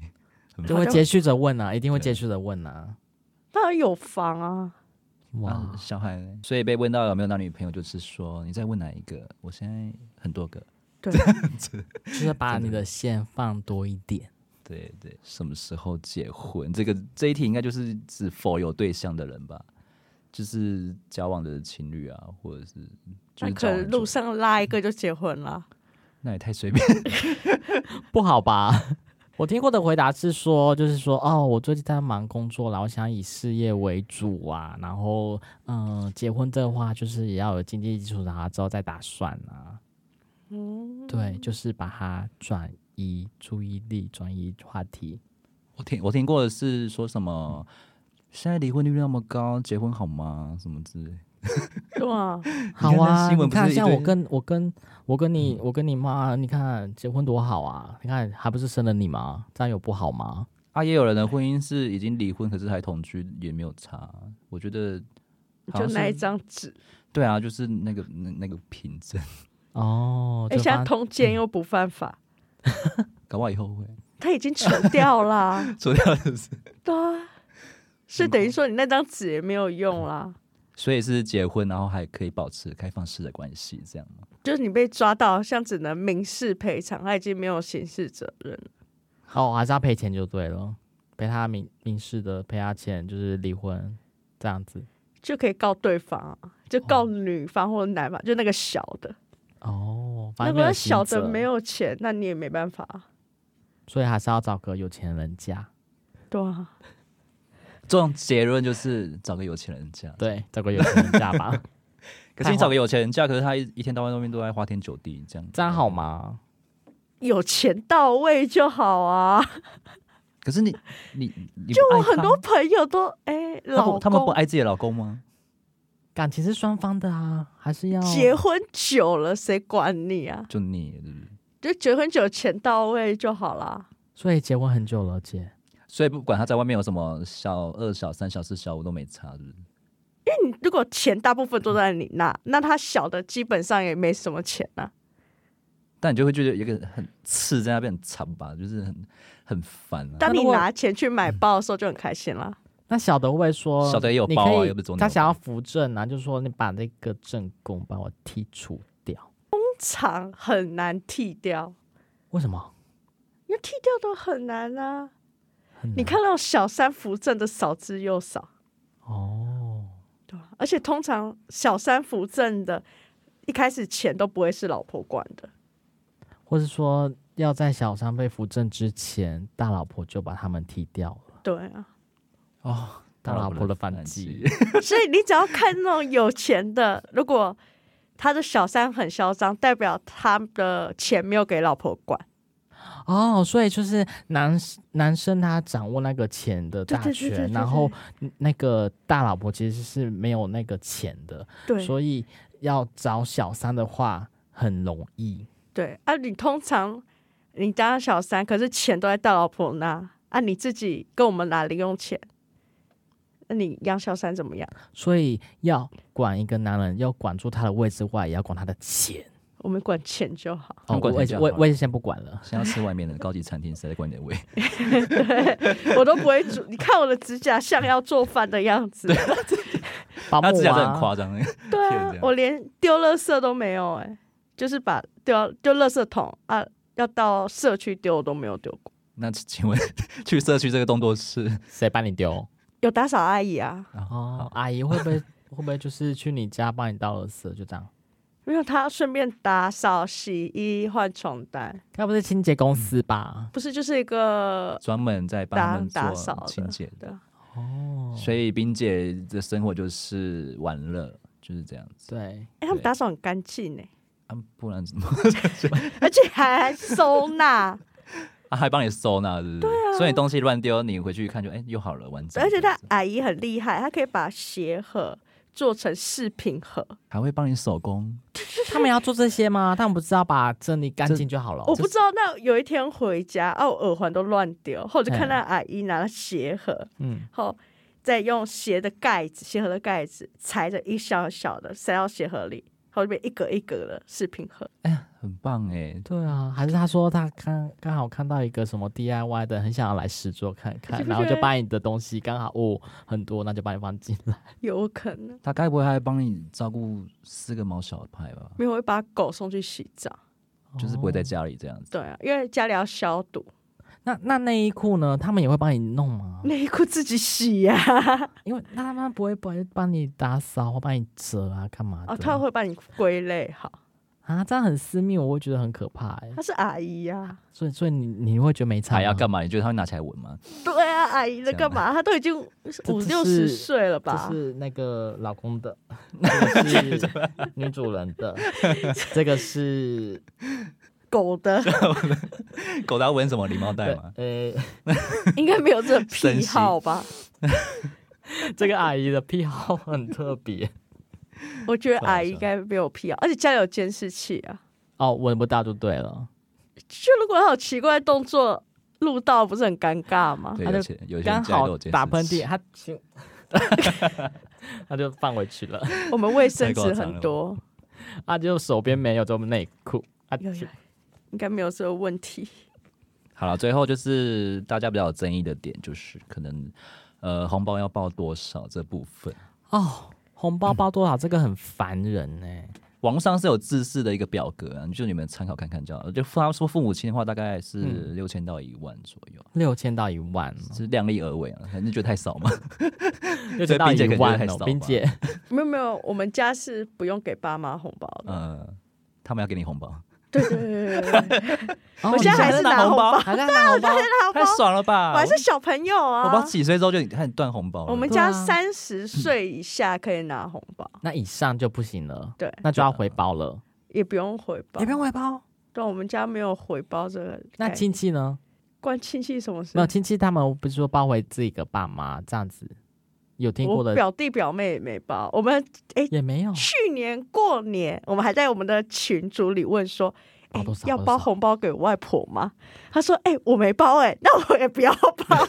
[SPEAKER 2] 很
[SPEAKER 3] 就
[SPEAKER 2] 棒
[SPEAKER 3] 会接续着问啊，一定会
[SPEAKER 2] 对
[SPEAKER 3] 接续着问啊。
[SPEAKER 1] 当然有房啊。
[SPEAKER 3] 哇
[SPEAKER 2] 啊，，小孩呢，所以被问到有没有男女朋友，就是说你在问哪一个？我现在很多个，
[SPEAKER 1] 对，
[SPEAKER 3] 就是把
[SPEAKER 2] 真的
[SPEAKER 3] 你的线放多一点。
[SPEAKER 2] 对对，什么时候结婚？这个这一题应该就是指否有对象的人吧，就是交往的情侣啊，或者是就
[SPEAKER 1] 那
[SPEAKER 2] 是
[SPEAKER 1] 可
[SPEAKER 2] 交往
[SPEAKER 1] 能
[SPEAKER 2] 很
[SPEAKER 1] 路
[SPEAKER 2] 久，
[SPEAKER 1] 上拉一个就结婚了。
[SPEAKER 2] 那也太随便。
[SPEAKER 3] 不好吧？ 我听过的回答是说，就是说，哦，我最近在忙工作啦，我想以事业为主啊，然后，嗯，结婚的话就是也要有经济基础，然后之后再打算啊。
[SPEAKER 1] 嗯，
[SPEAKER 3] 对，就是把它转移注意力，转移话题。
[SPEAKER 2] 我听我听过的是说什么，现在离婚率那么高，结婚好吗？什么之类。
[SPEAKER 3] 嗯
[SPEAKER 1] 对啊，
[SPEAKER 3] 好
[SPEAKER 2] 看那
[SPEAKER 3] 啊，
[SPEAKER 2] 新
[SPEAKER 3] 你
[SPEAKER 2] 闻不是
[SPEAKER 3] 看
[SPEAKER 2] 一
[SPEAKER 3] 像
[SPEAKER 2] 堆嗯
[SPEAKER 3] 我跟我跟我跟你我跟你妈，你看结婚多好啊！你看还不是生了你吗？这样有不好吗？
[SPEAKER 2] 啊，也有人的婚姻是已经离婚，可是还同居，也没有差。我觉得好
[SPEAKER 1] 就
[SPEAKER 2] 像是
[SPEAKER 1] 那一张纸，
[SPEAKER 2] 对啊，就是那个那那个凭证，
[SPEAKER 3] 哦，
[SPEAKER 1] 哎，
[SPEAKER 3] 就
[SPEAKER 1] 现在
[SPEAKER 3] 发
[SPEAKER 1] 通奸又不犯法，
[SPEAKER 2] 搞不好以后会。
[SPEAKER 3] 嗯
[SPEAKER 1] 他已经扯掉啦
[SPEAKER 2] 说掉的是，
[SPEAKER 1] 对啊，所以等于说你那张纸也没有用啦。
[SPEAKER 2] 所以是结婚，然后还可以保持开放式的关系，这样吗？
[SPEAKER 1] 就是你被抓到，好像只能民事赔偿，他已经没有刑事责任了。
[SPEAKER 3] 哦，还是要赔钱就对了，赔他民民事的，赔他钱就是离婚这样子。
[SPEAKER 1] 就可以告对方啊，就告女方或者男方，就那个小的。
[SPEAKER 3] 哦，反
[SPEAKER 1] 那
[SPEAKER 3] 正没有
[SPEAKER 1] 个
[SPEAKER 3] 刑
[SPEAKER 1] 小的
[SPEAKER 3] 责
[SPEAKER 1] 没，有钱，那你也没办法啊、
[SPEAKER 3] 所以还是要找个有钱人家，
[SPEAKER 1] 对啊，
[SPEAKER 2] 这种结论就是找个有钱人嫁。
[SPEAKER 3] 对，找个有钱人家 吧，
[SPEAKER 2] 可是你找个有钱人嫁，可是他一一天到晚外面都在花天酒地，这样
[SPEAKER 3] 这样好？吗？
[SPEAKER 1] 有钱到位就好啊。
[SPEAKER 2] 可是你你你
[SPEAKER 1] 就
[SPEAKER 2] 不
[SPEAKER 1] 我
[SPEAKER 2] 爱
[SPEAKER 1] 很
[SPEAKER 2] 他
[SPEAKER 1] 多朋友都哎、
[SPEAKER 2] 他
[SPEAKER 1] 老
[SPEAKER 2] 不
[SPEAKER 1] 公
[SPEAKER 2] 他们不爱自己的老公吗？
[SPEAKER 3] 感情是双方的啊，还是要
[SPEAKER 1] 结婚久了谁管你啊？
[SPEAKER 2] 就腻了，是不是？
[SPEAKER 1] 就结婚久钱到位就好啦。
[SPEAKER 3] 所以结婚很久了，姐。
[SPEAKER 2] 所以不管他在外面有什么小二、小三、小四、小五都没差，是不是？
[SPEAKER 1] 你如果钱大部分都在你那，那他小的基本上也没什么钱啊呐、
[SPEAKER 2] 但你就会觉得有一个很刺在那边很惨吧，就是很很烦啊。
[SPEAKER 1] 当
[SPEAKER 3] 那
[SPEAKER 1] 你
[SPEAKER 3] 如果
[SPEAKER 1] 拿钱去买包的时候就很开心啦。
[SPEAKER 3] 那小的会不会说，
[SPEAKER 2] 小的也有
[SPEAKER 3] 你
[SPEAKER 2] 包啊
[SPEAKER 3] 可以
[SPEAKER 2] 又不是总有
[SPEAKER 3] 他想要扶正啊，就说你把那个正宫把我剔除掉，
[SPEAKER 1] 通常很难剃掉，
[SPEAKER 3] 为什么？
[SPEAKER 1] 因为剃掉都很难啊。
[SPEAKER 2] 嗯
[SPEAKER 3] 很难
[SPEAKER 1] 你看到小三扶正的少之又少，
[SPEAKER 3] 哦，
[SPEAKER 1] 对吧？而且通常小三扶正的，一开始钱都不会是老婆管的。
[SPEAKER 3] 或是说要在小三被扶正之前，大老婆就把他们剔掉了。
[SPEAKER 1] 对啊，
[SPEAKER 2] 哦，
[SPEAKER 3] 大老婆的反击，
[SPEAKER 1] 所以你只要看那种有钱的，如果他的小三很嚣张，代表他的钱没有给老婆管。
[SPEAKER 3] 哦，所以就是男男生他掌握那个钱的
[SPEAKER 1] 对
[SPEAKER 3] 大
[SPEAKER 1] 对对对
[SPEAKER 3] 权，
[SPEAKER 1] 对
[SPEAKER 3] 然后嗯那个大老婆其实是没有那个钱的，
[SPEAKER 1] 对
[SPEAKER 3] 所以要找小三的话很容易。
[SPEAKER 1] 对啊，你通常你当小三，可是钱都在大老婆那啊，你自己跟我们拿零用钱，那你养小三怎么样？
[SPEAKER 3] 所以要管一个男人，要管住他的位置外，也要管他的钱。
[SPEAKER 1] 我们管钱就好。
[SPEAKER 3] 哦，
[SPEAKER 2] 那管
[SPEAKER 3] 我
[SPEAKER 2] 钱就
[SPEAKER 3] 我
[SPEAKER 2] 好
[SPEAKER 3] 我也先不管 了。
[SPEAKER 2] 想要吃外面的高级餐厅，谁在管你 的胃？
[SPEAKER 1] 我都不会煮。你看我的指甲像要做饭的样子，
[SPEAKER 3] 保姆
[SPEAKER 2] 他
[SPEAKER 3] 啊，
[SPEAKER 2] 指甲真的很夸张，
[SPEAKER 1] 对
[SPEAKER 2] 骗
[SPEAKER 1] 啊
[SPEAKER 2] 人，
[SPEAKER 1] 我连丢垃圾都没有哎、就是把丢到丢垃圾桶啊，要到社区丢我都没有丢过。
[SPEAKER 2] 那请问 去社区这个动作是
[SPEAKER 3] 谁帮你丢？
[SPEAKER 1] 有打扫阿姨啊，
[SPEAKER 3] 哦，阿姨会不 会会不会就是去你家帮你倒垃圾？就这样，
[SPEAKER 1] 因为她顺便打扫、洗衣、换床单，
[SPEAKER 3] 该不是清洁公司吧？
[SPEAKER 1] 不是就是一个
[SPEAKER 2] 专门在帮他
[SPEAKER 1] 打
[SPEAKER 2] 们
[SPEAKER 1] 打扫的
[SPEAKER 2] 做清洁
[SPEAKER 1] 对
[SPEAKER 2] 的？
[SPEAKER 1] 啊
[SPEAKER 3] 哦，
[SPEAKER 2] 所以冰姐的生活就是玩乐，就是这样子。
[SPEAKER 3] 对，
[SPEAKER 1] 哎、他们打扫很干净呢，
[SPEAKER 2] 啊，不然怎么？
[SPEAKER 1] 而且还收纳，
[SPEAKER 2] 啊，还帮你收纳，是不是？
[SPEAKER 3] 啊
[SPEAKER 2] 所以你东西乱丢，你回去一看就哎、又好了，完整。
[SPEAKER 1] 而且她
[SPEAKER 2] 这样子
[SPEAKER 1] 阿姨很厉害，她可以把鞋盒做成饰品盒。
[SPEAKER 2] 还会帮你手工，
[SPEAKER 3] 他们要做这些吗？他们不是要把整理干净就好了？
[SPEAKER 1] 我不知道，那有一天回家，啊，我耳环都乱丢，后来就看到阿姨拿了鞋盒，
[SPEAKER 3] 嗯，
[SPEAKER 1] 后再用鞋的盖子，鞋盒的盖子裁着一小小的塞到鞋盒里，后面一格一格的饰品盒。
[SPEAKER 2] 很棒哎、
[SPEAKER 3] 对啊，还是他说他刚刚好看到一个什么 DIY 的，很想要来试做看看
[SPEAKER 1] 是，不
[SPEAKER 3] 然后就是把你的东西刚好哦很多，那就把你放进 来。
[SPEAKER 1] 有可能，
[SPEAKER 2] 他该不会还帮你照顾四个毛小孩吧？
[SPEAKER 1] 没有我会把狗送去洗澡。
[SPEAKER 3] 哦
[SPEAKER 2] 就是不会在家里这样子。
[SPEAKER 1] 对啊，因为家里要消毒，
[SPEAKER 3] 那那内衣裤呢？他们也会帮你弄吗？
[SPEAKER 1] 内裤自己洗呀、啊。
[SPEAKER 3] 因为那他们不会帮帮你打扫或帮你折啊，干嘛的？
[SPEAKER 1] 哦，他会帮你归类好，
[SPEAKER 3] 啊，这样很私密，我会觉得很可怕哎、
[SPEAKER 1] 她是阿姨呀、啊。
[SPEAKER 3] 所以所以你你会觉得没差
[SPEAKER 2] 还要
[SPEAKER 3] 吗
[SPEAKER 2] 干嘛？你觉得他会拿起来闻 吗？
[SPEAKER 1] 对啊，阿姨在
[SPEAKER 2] 这样
[SPEAKER 1] 干嘛？她都已经
[SPEAKER 3] 这
[SPEAKER 1] 五六十
[SPEAKER 3] 是
[SPEAKER 1] 岁了吧？
[SPEAKER 3] 这是那个老 公的，这个是女主人的，这个是
[SPEAKER 1] 狗 的
[SPEAKER 2] 狗它闻什么礼貌带吗？
[SPEAKER 3] 呃，
[SPEAKER 1] 应该没有这个
[SPEAKER 2] 神
[SPEAKER 1] 癖
[SPEAKER 2] 奇
[SPEAKER 1] 好吧？
[SPEAKER 3] 这个阿姨的癖好很特 别
[SPEAKER 1] 我觉得
[SPEAKER 2] 算了
[SPEAKER 1] 阿姨
[SPEAKER 2] 算了
[SPEAKER 1] 应该没有癖好，而且家里有监视器啊。
[SPEAKER 3] 哦，闻不到就对了。
[SPEAKER 1] 就如果她有奇怪的动作录到，不是很尴尬吗？
[SPEAKER 2] 对，
[SPEAKER 3] 他就
[SPEAKER 2] 有些有些
[SPEAKER 3] 刚
[SPEAKER 2] 人家里都
[SPEAKER 3] 好
[SPEAKER 2] 有监视器
[SPEAKER 3] 打喷嚏，，他就 他就放回去了，
[SPEAKER 1] 我们卫生纸很多，
[SPEAKER 3] 他就手边没有这么内裤，啊，
[SPEAKER 1] 有有应该没有这个问题。
[SPEAKER 2] 好了，最后就是大家比较有争议的点，就是可能呃红包要报多少这部分，
[SPEAKER 3] 哦，红包包多少？这个很烦人呢、
[SPEAKER 2] 网络上是有自式的一个表格啊，就你们参考看看就好了。就他说父母亲的话，大概是
[SPEAKER 3] 嗯
[SPEAKER 2] 六千到一万左右，啊
[SPEAKER 3] 六千到一万哦，
[SPEAKER 2] 是量力而为啊。你觉得太少吗？
[SPEAKER 3] 六千到
[SPEAKER 2] 冰姐
[SPEAKER 3] 一
[SPEAKER 2] 可能
[SPEAKER 3] 万
[SPEAKER 2] 太
[SPEAKER 3] 哦
[SPEAKER 2] 少，
[SPEAKER 3] 冰
[SPEAKER 2] 吧
[SPEAKER 3] 姐，
[SPEAKER 1] 没有没有，我们家是不用给爸妈红包的。
[SPEAKER 2] 呃，他们要给你红包，
[SPEAKER 1] 对对对对 对对，
[SPEAKER 3] 我
[SPEAKER 1] 我现在还是拿红包，啊
[SPEAKER 3] 还哦在拿红包，
[SPEAKER 1] 拿红
[SPEAKER 2] 太
[SPEAKER 1] 包，
[SPEAKER 2] 爽了吧！
[SPEAKER 1] 我还是小朋友
[SPEAKER 2] 我
[SPEAKER 1] 啊。
[SPEAKER 2] 不知道几岁之后就开始断红包了。
[SPEAKER 1] 我们
[SPEAKER 3] 对啊
[SPEAKER 1] 家三十岁以下可以拿红包，
[SPEAKER 3] 那以上就不行了，
[SPEAKER 1] 对，
[SPEAKER 3] 那就要回包了，
[SPEAKER 1] 也不用回报。
[SPEAKER 3] 回包。
[SPEAKER 1] 但我们家没有回报这个概念。
[SPEAKER 3] 那亲戚呢？
[SPEAKER 1] 关亲戚什么事
[SPEAKER 3] 没有？亲戚，他们不是说包回自己的爸妈这样子，有听过
[SPEAKER 1] 我
[SPEAKER 3] 的
[SPEAKER 1] 表弟表妹也没包。我们
[SPEAKER 3] 也没有，
[SPEAKER 1] 去年过年，我们还在我们的群组里问说。
[SPEAKER 3] 包
[SPEAKER 1] 哎
[SPEAKER 3] 多少
[SPEAKER 1] 要
[SPEAKER 3] 多
[SPEAKER 1] 包
[SPEAKER 3] 少
[SPEAKER 1] 红包给我外婆吗？他说：“哎、我没包哎、 那我也不要 包。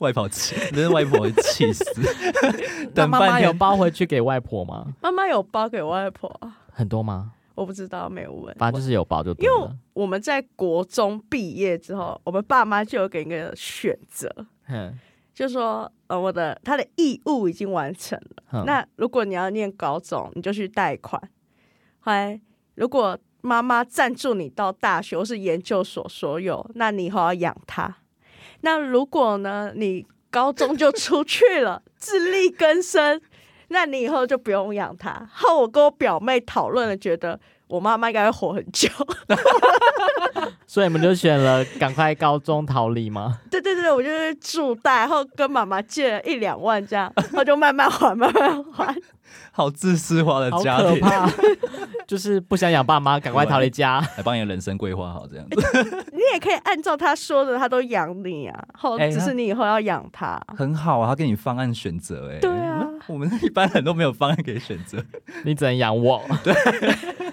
[SPEAKER 2] 外婆气，真是外婆气死。
[SPEAKER 3] 那
[SPEAKER 2] 等
[SPEAKER 3] 妈妈
[SPEAKER 2] 半
[SPEAKER 3] 有
[SPEAKER 2] 天，
[SPEAKER 3] 包回去给外婆吗？”
[SPEAKER 1] 妈妈有包给我外婆啊，
[SPEAKER 3] 很多吗？
[SPEAKER 1] 我不知道，没有问。
[SPEAKER 3] 反正就是有包就对
[SPEAKER 1] 因为
[SPEAKER 3] 了。
[SPEAKER 1] 我们在国中毕业之后，我们爸妈就有给一个选择，
[SPEAKER 3] 哼
[SPEAKER 1] 就说呃，我的他的义务已经完成了。
[SPEAKER 3] 哼
[SPEAKER 1] 那如果你要念高中，你就去贷款。后来如果妈妈赞助你到大学或是研究所所有，那你以后要养他。那如果呢，你高中就出去了， 自力更生，那你以后就不用养他。后我跟我表妹讨论了，觉得我妈妈应该会活很久。
[SPEAKER 3] 所以你们就选了赶快高中逃离吗？
[SPEAKER 1] 对对对，我就是住贷，然后跟妈妈借了一两万这样，然后就慢慢还，慢慢还。
[SPEAKER 2] 好自私化的
[SPEAKER 3] 好
[SPEAKER 2] 家
[SPEAKER 3] 可
[SPEAKER 2] 庭，
[SPEAKER 3] 怕，就是不想养爸妈，赶快逃离家。
[SPEAKER 2] 来帮你的人生规划好这样子，
[SPEAKER 1] 你也可以按照他说的，他都养你啊，后
[SPEAKER 2] 哎
[SPEAKER 1] 只
[SPEAKER 2] 那
[SPEAKER 1] 是你以后要养他。
[SPEAKER 2] 很好啊，他给你方案选择，哎，
[SPEAKER 1] 对啊，
[SPEAKER 2] 我们一般人都没有方案可以选择，
[SPEAKER 3] 你只能养我，对，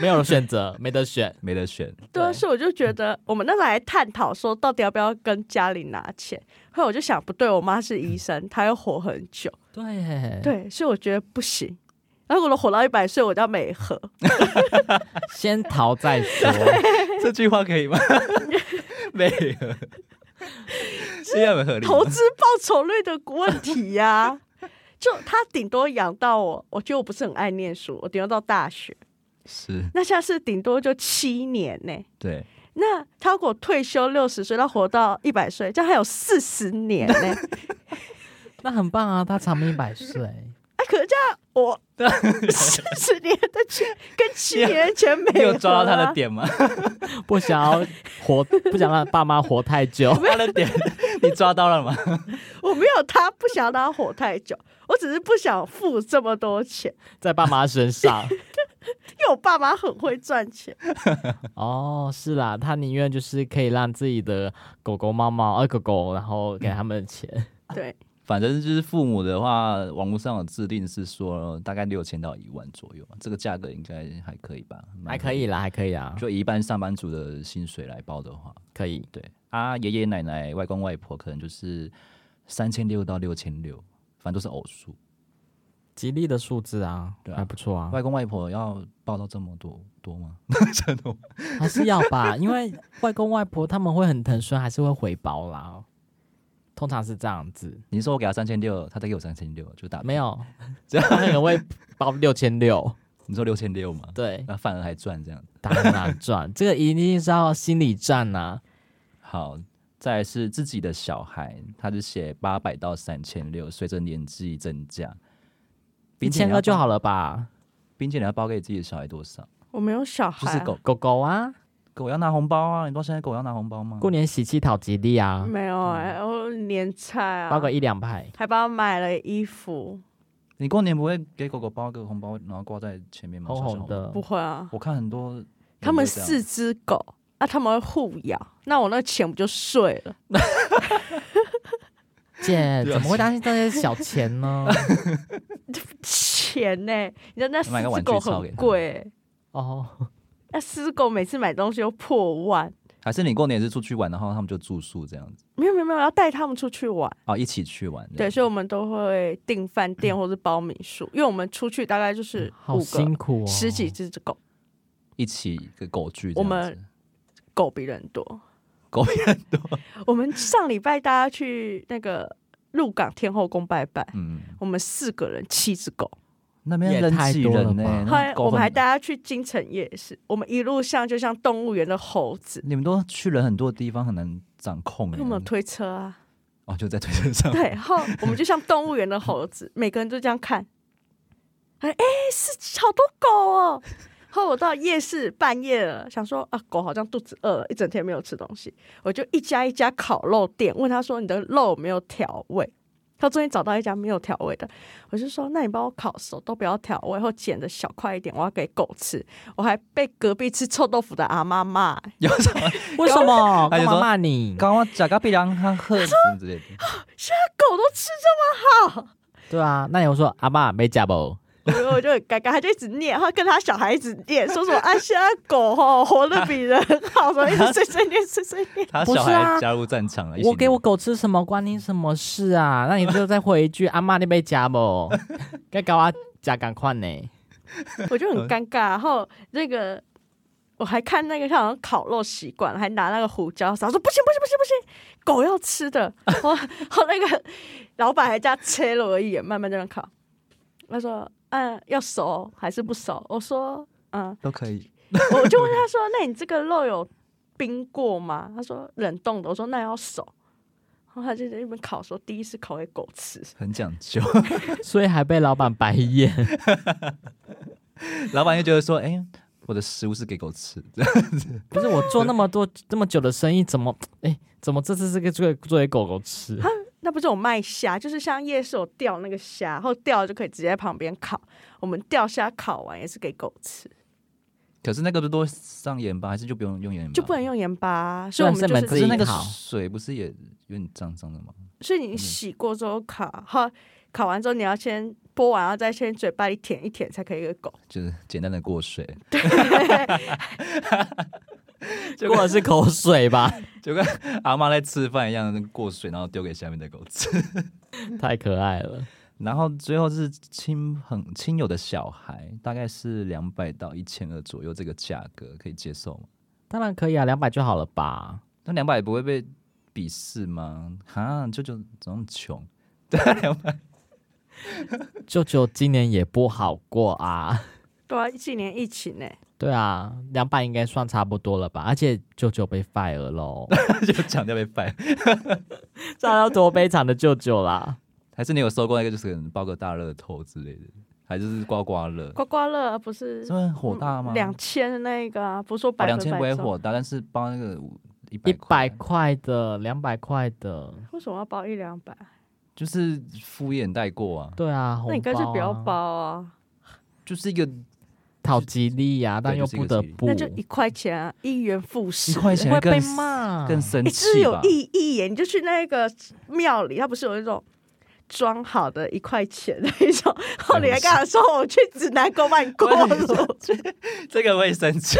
[SPEAKER 3] 没有选择，没得选。
[SPEAKER 2] 没得选，
[SPEAKER 1] 对啊，
[SPEAKER 3] 对
[SPEAKER 1] 所以我就觉得我们那时候还探讨说，到底要不要跟家里拿钱。后来我就想，不对，我妈是医生，她要活很 久，
[SPEAKER 3] 对，
[SPEAKER 1] 对，所以我觉得不行。然后我活到一百岁，我叫美和，
[SPEAKER 3] 先逃再说。
[SPEAKER 2] 这句话可以吗？没有，这样很 合理吗。
[SPEAKER 1] 投资报酬率的问题呀、 就她顶多养到我，我觉得我不是很爱念书，我顶多到大学，
[SPEAKER 2] 是
[SPEAKER 1] 那下次顶多就七年呢、
[SPEAKER 2] 对，
[SPEAKER 1] 那他如果退休六十岁，他活到一百岁，这样还有四十年呢、
[SPEAKER 3] 那很棒啊，他长命百欸岁。
[SPEAKER 1] 哎，可是这样我四十年的 钱跟七年的钱没
[SPEAKER 2] 你有抓到
[SPEAKER 1] 合
[SPEAKER 2] 他
[SPEAKER 1] 啊
[SPEAKER 2] 的，点吗？
[SPEAKER 3] 不想要 活，不想让爸妈活太 久。
[SPEAKER 2] 他的点 你抓到了吗？
[SPEAKER 1] 我没有他不想让他活太久，我只是不想付这么多钱，
[SPEAKER 3] 在爸妈身 上。
[SPEAKER 1] 因为我爸妈很会赚钱。
[SPEAKER 3] 哦，是啦，他宁愿就是可以让自己的狗狗、猫猫、呃狗狗，然后给他们钱。
[SPEAKER 1] 对，
[SPEAKER 2] 反正就是父母的话，网络上有制定是说大概六千到一万左右，这个价格应该还可以吧？蛮
[SPEAKER 3] 还可以。啦，还可以啊，
[SPEAKER 2] 就以一般上班族的薪水来报的话，
[SPEAKER 3] 可以。
[SPEAKER 2] 对啊，爷爷奶奶、外公外婆可能就是三千六到六千六，反正都是偶数。
[SPEAKER 3] 吉利的数字啊，
[SPEAKER 2] 对啊
[SPEAKER 3] 还不错啊，
[SPEAKER 2] 外公外婆要报到这么多多吗？ 真的吗？
[SPEAKER 3] 还是要吧， 因为外公外婆他们会很疼孙，还是会回报啦。通常是这样子，
[SPEAKER 2] 你说我给他三千六，他再给我三千六，就打平
[SPEAKER 3] 没。 有，
[SPEAKER 2] 这
[SPEAKER 3] 他可能会包六千六，
[SPEAKER 2] 你说六千六吗？
[SPEAKER 3] 对，
[SPEAKER 2] 那反而还赚这样子。
[SPEAKER 3] 当然赚，这个一定是要心理战啊呐、
[SPEAKER 2] 好，再来是自己的小孩，他就写八百到三千六，随着年纪增加。
[SPEAKER 3] 一
[SPEAKER 2] 冰淇
[SPEAKER 3] 千
[SPEAKER 2] 淋
[SPEAKER 3] 个就
[SPEAKER 2] 要包，
[SPEAKER 3] 好了吧？
[SPEAKER 2] 冰淇淋要包给自己的小孩多少？
[SPEAKER 1] 我没有小孩
[SPEAKER 2] 就
[SPEAKER 1] 啊，
[SPEAKER 2] 是狗
[SPEAKER 3] 狗狗啊，
[SPEAKER 2] 狗要拿红包啊！你知道现在狗要拿红包吗？
[SPEAKER 3] 过年喜气讨吉利啊，
[SPEAKER 1] 没有哎、
[SPEAKER 2] 嗯
[SPEAKER 1] 我年菜啊，
[SPEAKER 3] 包个一两派。
[SPEAKER 1] 还帮我买了衣服，
[SPEAKER 2] 你过年不会给狗狗包个红包，然后挂在前面吗？
[SPEAKER 3] 红
[SPEAKER 2] 嗯小小
[SPEAKER 3] 红。的
[SPEAKER 1] 不，会啊，
[SPEAKER 2] 我看很多人
[SPEAKER 1] 他们
[SPEAKER 2] 都这样
[SPEAKER 1] 四只狗啊，他们会互咬，那我那钱不就碎了？
[SPEAKER 3] 姐
[SPEAKER 2] 啊
[SPEAKER 3] 怎么会担心这些小钱 呢？
[SPEAKER 1] 钱呢、你知道那四
[SPEAKER 2] 买个
[SPEAKER 1] 只
[SPEAKER 2] 玩具
[SPEAKER 1] 狗
[SPEAKER 2] 钞给
[SPEAKER 1] 很
[SPEAKER 2] 他
[SPEAKER 1] 贵欸、
[SPEAKER 3] 哦，
[SPEAKER 1] 那四只狗每次买东西都破万，
[SPEAKER 2] 还是你过年是出去玩，然后他们就住宿这样子
[SPEAKER 1] 没有没有没有，要带他们出去玩。
[SPEAKER 2] 哦，一起去玩这
[SPEAKER 1] 对，
[SPEAKER 2] 样。
[SPEAKER 1] 所以我们都会订饭 店或是包民宿，因为我们出去大概
[SPEAKER 2] 嗯
[SPEAKER 1] 就是
[SPEAKER 3] 好
[SPEAKER 1] 五
[SPEAKER 3] 辛
[SPEAKER 1] 个、
[SPEAKER 3] 苦哦，
[SPEAKER 1] 十几只狗，
[SPEAKER 2] 一起一个狗聚这样子。
[SPEAKER 1] 我们狗比人多。
[SPEAKER 2] 狗比人多，
[SPEAKER 1] 我们上礼拜大家去那个鹿港天后宫拜拜，
[SPEAKER 2] 嗯，
[SPEAKER 1] 我们四个人七只狗，
[SPEAKER 2] 那边
[SPEAKER 3] 也
[SPEAKER 2] 人
[SPEAKER 3] 太
[SPEAKER 2] 挤
[SPEAKER 3] 多了
[SPEAKER 2] 人呢、
[SPEAKER 3] 吧
[SPEAKER 2] 那
[SPEAKER 1] 后来
[SPEAKER 2] 嗯狗
[SPEAKER 1] 我们
[SPEAKER 2] 很
[SPEAKER 1] 还带它去京城夜市，我们一路上就像动物园的猴子，
[SPEAKER 2] 你们都去了很多地方，很难掌控
[SPEAKER 1] 因
[SPEAKER 2] 耶。
[SPEAKER 1] 为我们有推车啊，
[SPEAKER 2] 哦，就在推车 上。
[SPEAKER 1] 对，然后我们就像动物园的猴子， 每个人都这样看，哎、哎，是好多狗哦。后来我到夜市半夜了，想说啊，狗好像肚子饿了，一整天没有吃东西，我就一家一家烤肉店问他说你的肉有没有调味，到终于找到一家没有调味的，我就说那你帮我烤熟，都不要调味，或剪的小块一点，我要给狗吃。我还被隔壁吃臭豆腐的阿妈骂，
[SPEAKER 2] 有什么
[SPEAKER 3] 为什么？
[SPEAKER 2] 他
[SPEAKER 3] 干
[SPEAKER 2] 就
[SPEAKER 3] 嘛
[SPEAKER 2] 说
[SPEAKER 3] 骂你？
[SPEAKER 2] 刚刚讲个被凉他喝什么之类的，
[SPEAKER 1] 狗都吃
[SPEAKER 3] 对啊，那你会说阿爸没假不？
[SPEAKER 1] 我我就很尴尬，他就一直念，他跟他小孩子念，说什么啊，现在狗吼活得比人好，所以一直碎碎念碎碎念。
[SPEAKER 2] 他
[SPEAKER 3] 不是
[SPEAKER 2] 小
[SPEAKER 3] 啊
[SPEAKER 2] 孩加入战场了。一起
[SPEAKER 3] 我给我
[SPEAKER 2] 念
[SPEAKER 3] 狗吃什么关你什么事啊？那你就再回一句阿妈你没假不？该搞啊假赶快呢？
[SPEAKER 1] 我就很尴尬。然后那个我还看那个他好像烤肉习惯，还拿那个胡椒勺说不行不行不行不行，狗要吃的。 然后然后那个老板还加切了我一眼，慢慢在那烤。他说：“嗯，要熟还是不熟？”我说：“嗯。
[SPEAKER 2] 都可以，”
[SPEAKER 1] 我就问他说：“那你这个肉有冰过吗？”他说：“冷冻的。”我说：“那要熟。”然后他就在那边烤，说第一次烤给狗吃。
[SPEAKER 2] 很讲究。
[SPEAKER 3] 所以还被老板白眼。
[SPEAKER 2] 老板就觉得说，哎，我的食物是给狗吃的，
[SPEAKER 3] 不是我做那么多这么久的生意，怎么哎怎么这次是给做给做给狗狗吃？
[SPEAKER 1] 那不是有卖虾，就是像夜市有钓那个虾，然后钓了就可以直接在旁边烤。我们钓虾烤完也是给狗吃，
[SPEAKER 2] 可是那个不都上盐巴，还是就不用用盐巴？
[SPEAKER 1] 就不能。用盐巴啊、所以我们
[SPEAKER 3] 虽然是
[SPEAKER 1] 就
[SPEAKER 3] 门
[SPEAKER 2] 可
[SPEAKER 1] 是，
[SPEAKER 2] 是那个
[SPEAKER 3] 自己烤
[SPEAKER 2] 水不是也有点脏脏的吗？
[SPEAKER 1] 所以你洗过之后烤，好烤完之后你要先剥完，然后再先嘴巴里舔一舔才可以给狗。
[SPEAKER 2] 就是简单的过水，
[SPEAKER 3] 结果是口水吧？
[SPEAKER 2] 就跟阿妈在吃饭一样过水，然后丢给下面的狗吃。
[SPEAKER 3] 太可爱了。
[SPEAKER 2] 然后最后是亲朋亲友的小孩，大概是两百到一千二左右这个价格，可以接受吗？
[SPEAKER 3] 当然可以啊，两百就好了吧？
[SPEAKER 2] 那两百不会被鄙视吗？哈，舅舅怎么那么穷？
[SPEAKER 3] 舅舅今年也不好过啊。
[SPEAKER 1] 对啊，今年疫情呢、
[SPEAKER 3] 对啊，两百应该算差不多了吧？而且舅舅被 fire 喽，
[SPEAKER 2] 就强调被拜。
[SPEAKER 3] 这要多悲惨的舅舅啦！
[SPEAKER 2] 还是你有收过那个，就是可能包个大乐透之类的，还是刮刮乐？
[SPEAKER 1] 刮刮乐不是
[SPEAKER 2] 这么火大
[SPEAKER 1] 嗯
[SPEAKER 2] 吗？哦
[SPEAKER 1] 两千的那个、啊，不是说百分
[SPEAKER 2] 两
[SPEAKER 1] 百
[SPEAKER 2] 千不会
[SPEAKER 1] 中
[SPEAKER 2] 火大，但是包那个一百
[SPEAKER 3] 一百块的，两百块的，
[SPEAKER 1] 为什么要包一两百？
[SPEAKER 2] 就是敷衍带过啊，
[SPEAKER 3] 对啊，
[SPEAKER 1] 那你干
[SPEAKER 3] 该
[SPEAKER 1] 脆不要包啊，
[SPEAKER 2] 就是一个
[SPEAKER 3] 讨吉利呀、但
[SPEAKER 2] 对
[SPEAKER 3] 又
[SPEAKER 2] 就是一
[SPEAKER 3] 不
[SPEAKER 2] 个
[SPEAKER 3] 得
[SPEAKER 2] 吉利
[SPEAKER 3] 不，
[SPEAKER 1] 那就一块钱、啊，一元复始、
[SPEAKER 2] 一块钱
[SPEAKER 3] 会被
[SPEAKER 2] 更
[SPEAKER 3] 骂，
[SPEAKER 2] 更生
[SPEAKER 1] 欸这是
[SPEAKER 2] 气
[SPEAKER 1] 有
[SPEAKER 2] 吧？
[SPEAKER 1] 意义耶！你就去那个庙里，它不是有一种装好的一块钱的一种， 然后你还跟他说我去指南宫帮你过 路，
[SPEAKER 2] 这个会生气，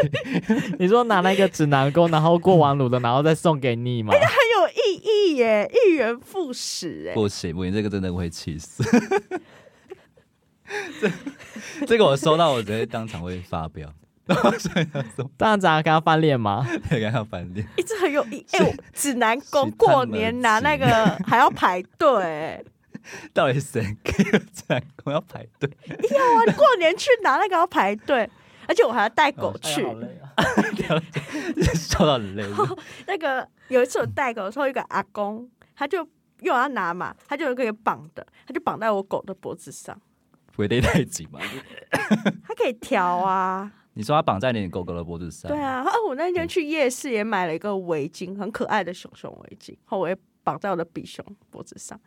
[SPEAKER 3] 你说拿那个指南宫，然后过完炉的，然后再送给你嘛？
[SPEAKER 1] 很有意义耶，一元复始哎。
[SPEAKER 2] 不行不行，这个真的会气死。这这个我收到，我直接当场会发飙，
[SPEAKER 3] 当然，咱跟他翻脸嘛，
[SPEAKER 2] 跟他翻脸。
[SPEAKER 1] 一直很有意义，哎、我指南宫
[SPEAKER 2] 是他
[SPEAKER 1] 过
[SPEAKER 2] 们
[SPEAKER 1] 年
[SPEAKER 2] 急
[SPEAKER 1] 拿那个还要排队、 哎
[SPEAKER 2] 到底谁给我这样？我要排队，
[SPEAKER 1] 哇，啊过年去拿那个要排队，而且我还要带
[SPEAKER 2] 嗯
[SPEAKER 1] 狗去。
[SPEAKER 2] 笑到很累。
[SPEAKER 1] 那个有一次我带狗的时候，有一个阿公，他就因为我要拿嘛，他就有一个绑的，他就绑在我狗的脖子上，
[SPEAKER 2] 不会勒太紧嘛？
[SPEAKER 1] 他可以调啊。
[SPEAKER 2] 你说他绑在你的狗狗的脖子上，
[SPEAKER 1] 对，啊，啊，我那天去夜市也买了一个围巾，很可爱的熊熊围巾，然后我也绑在我的比熊脖子上。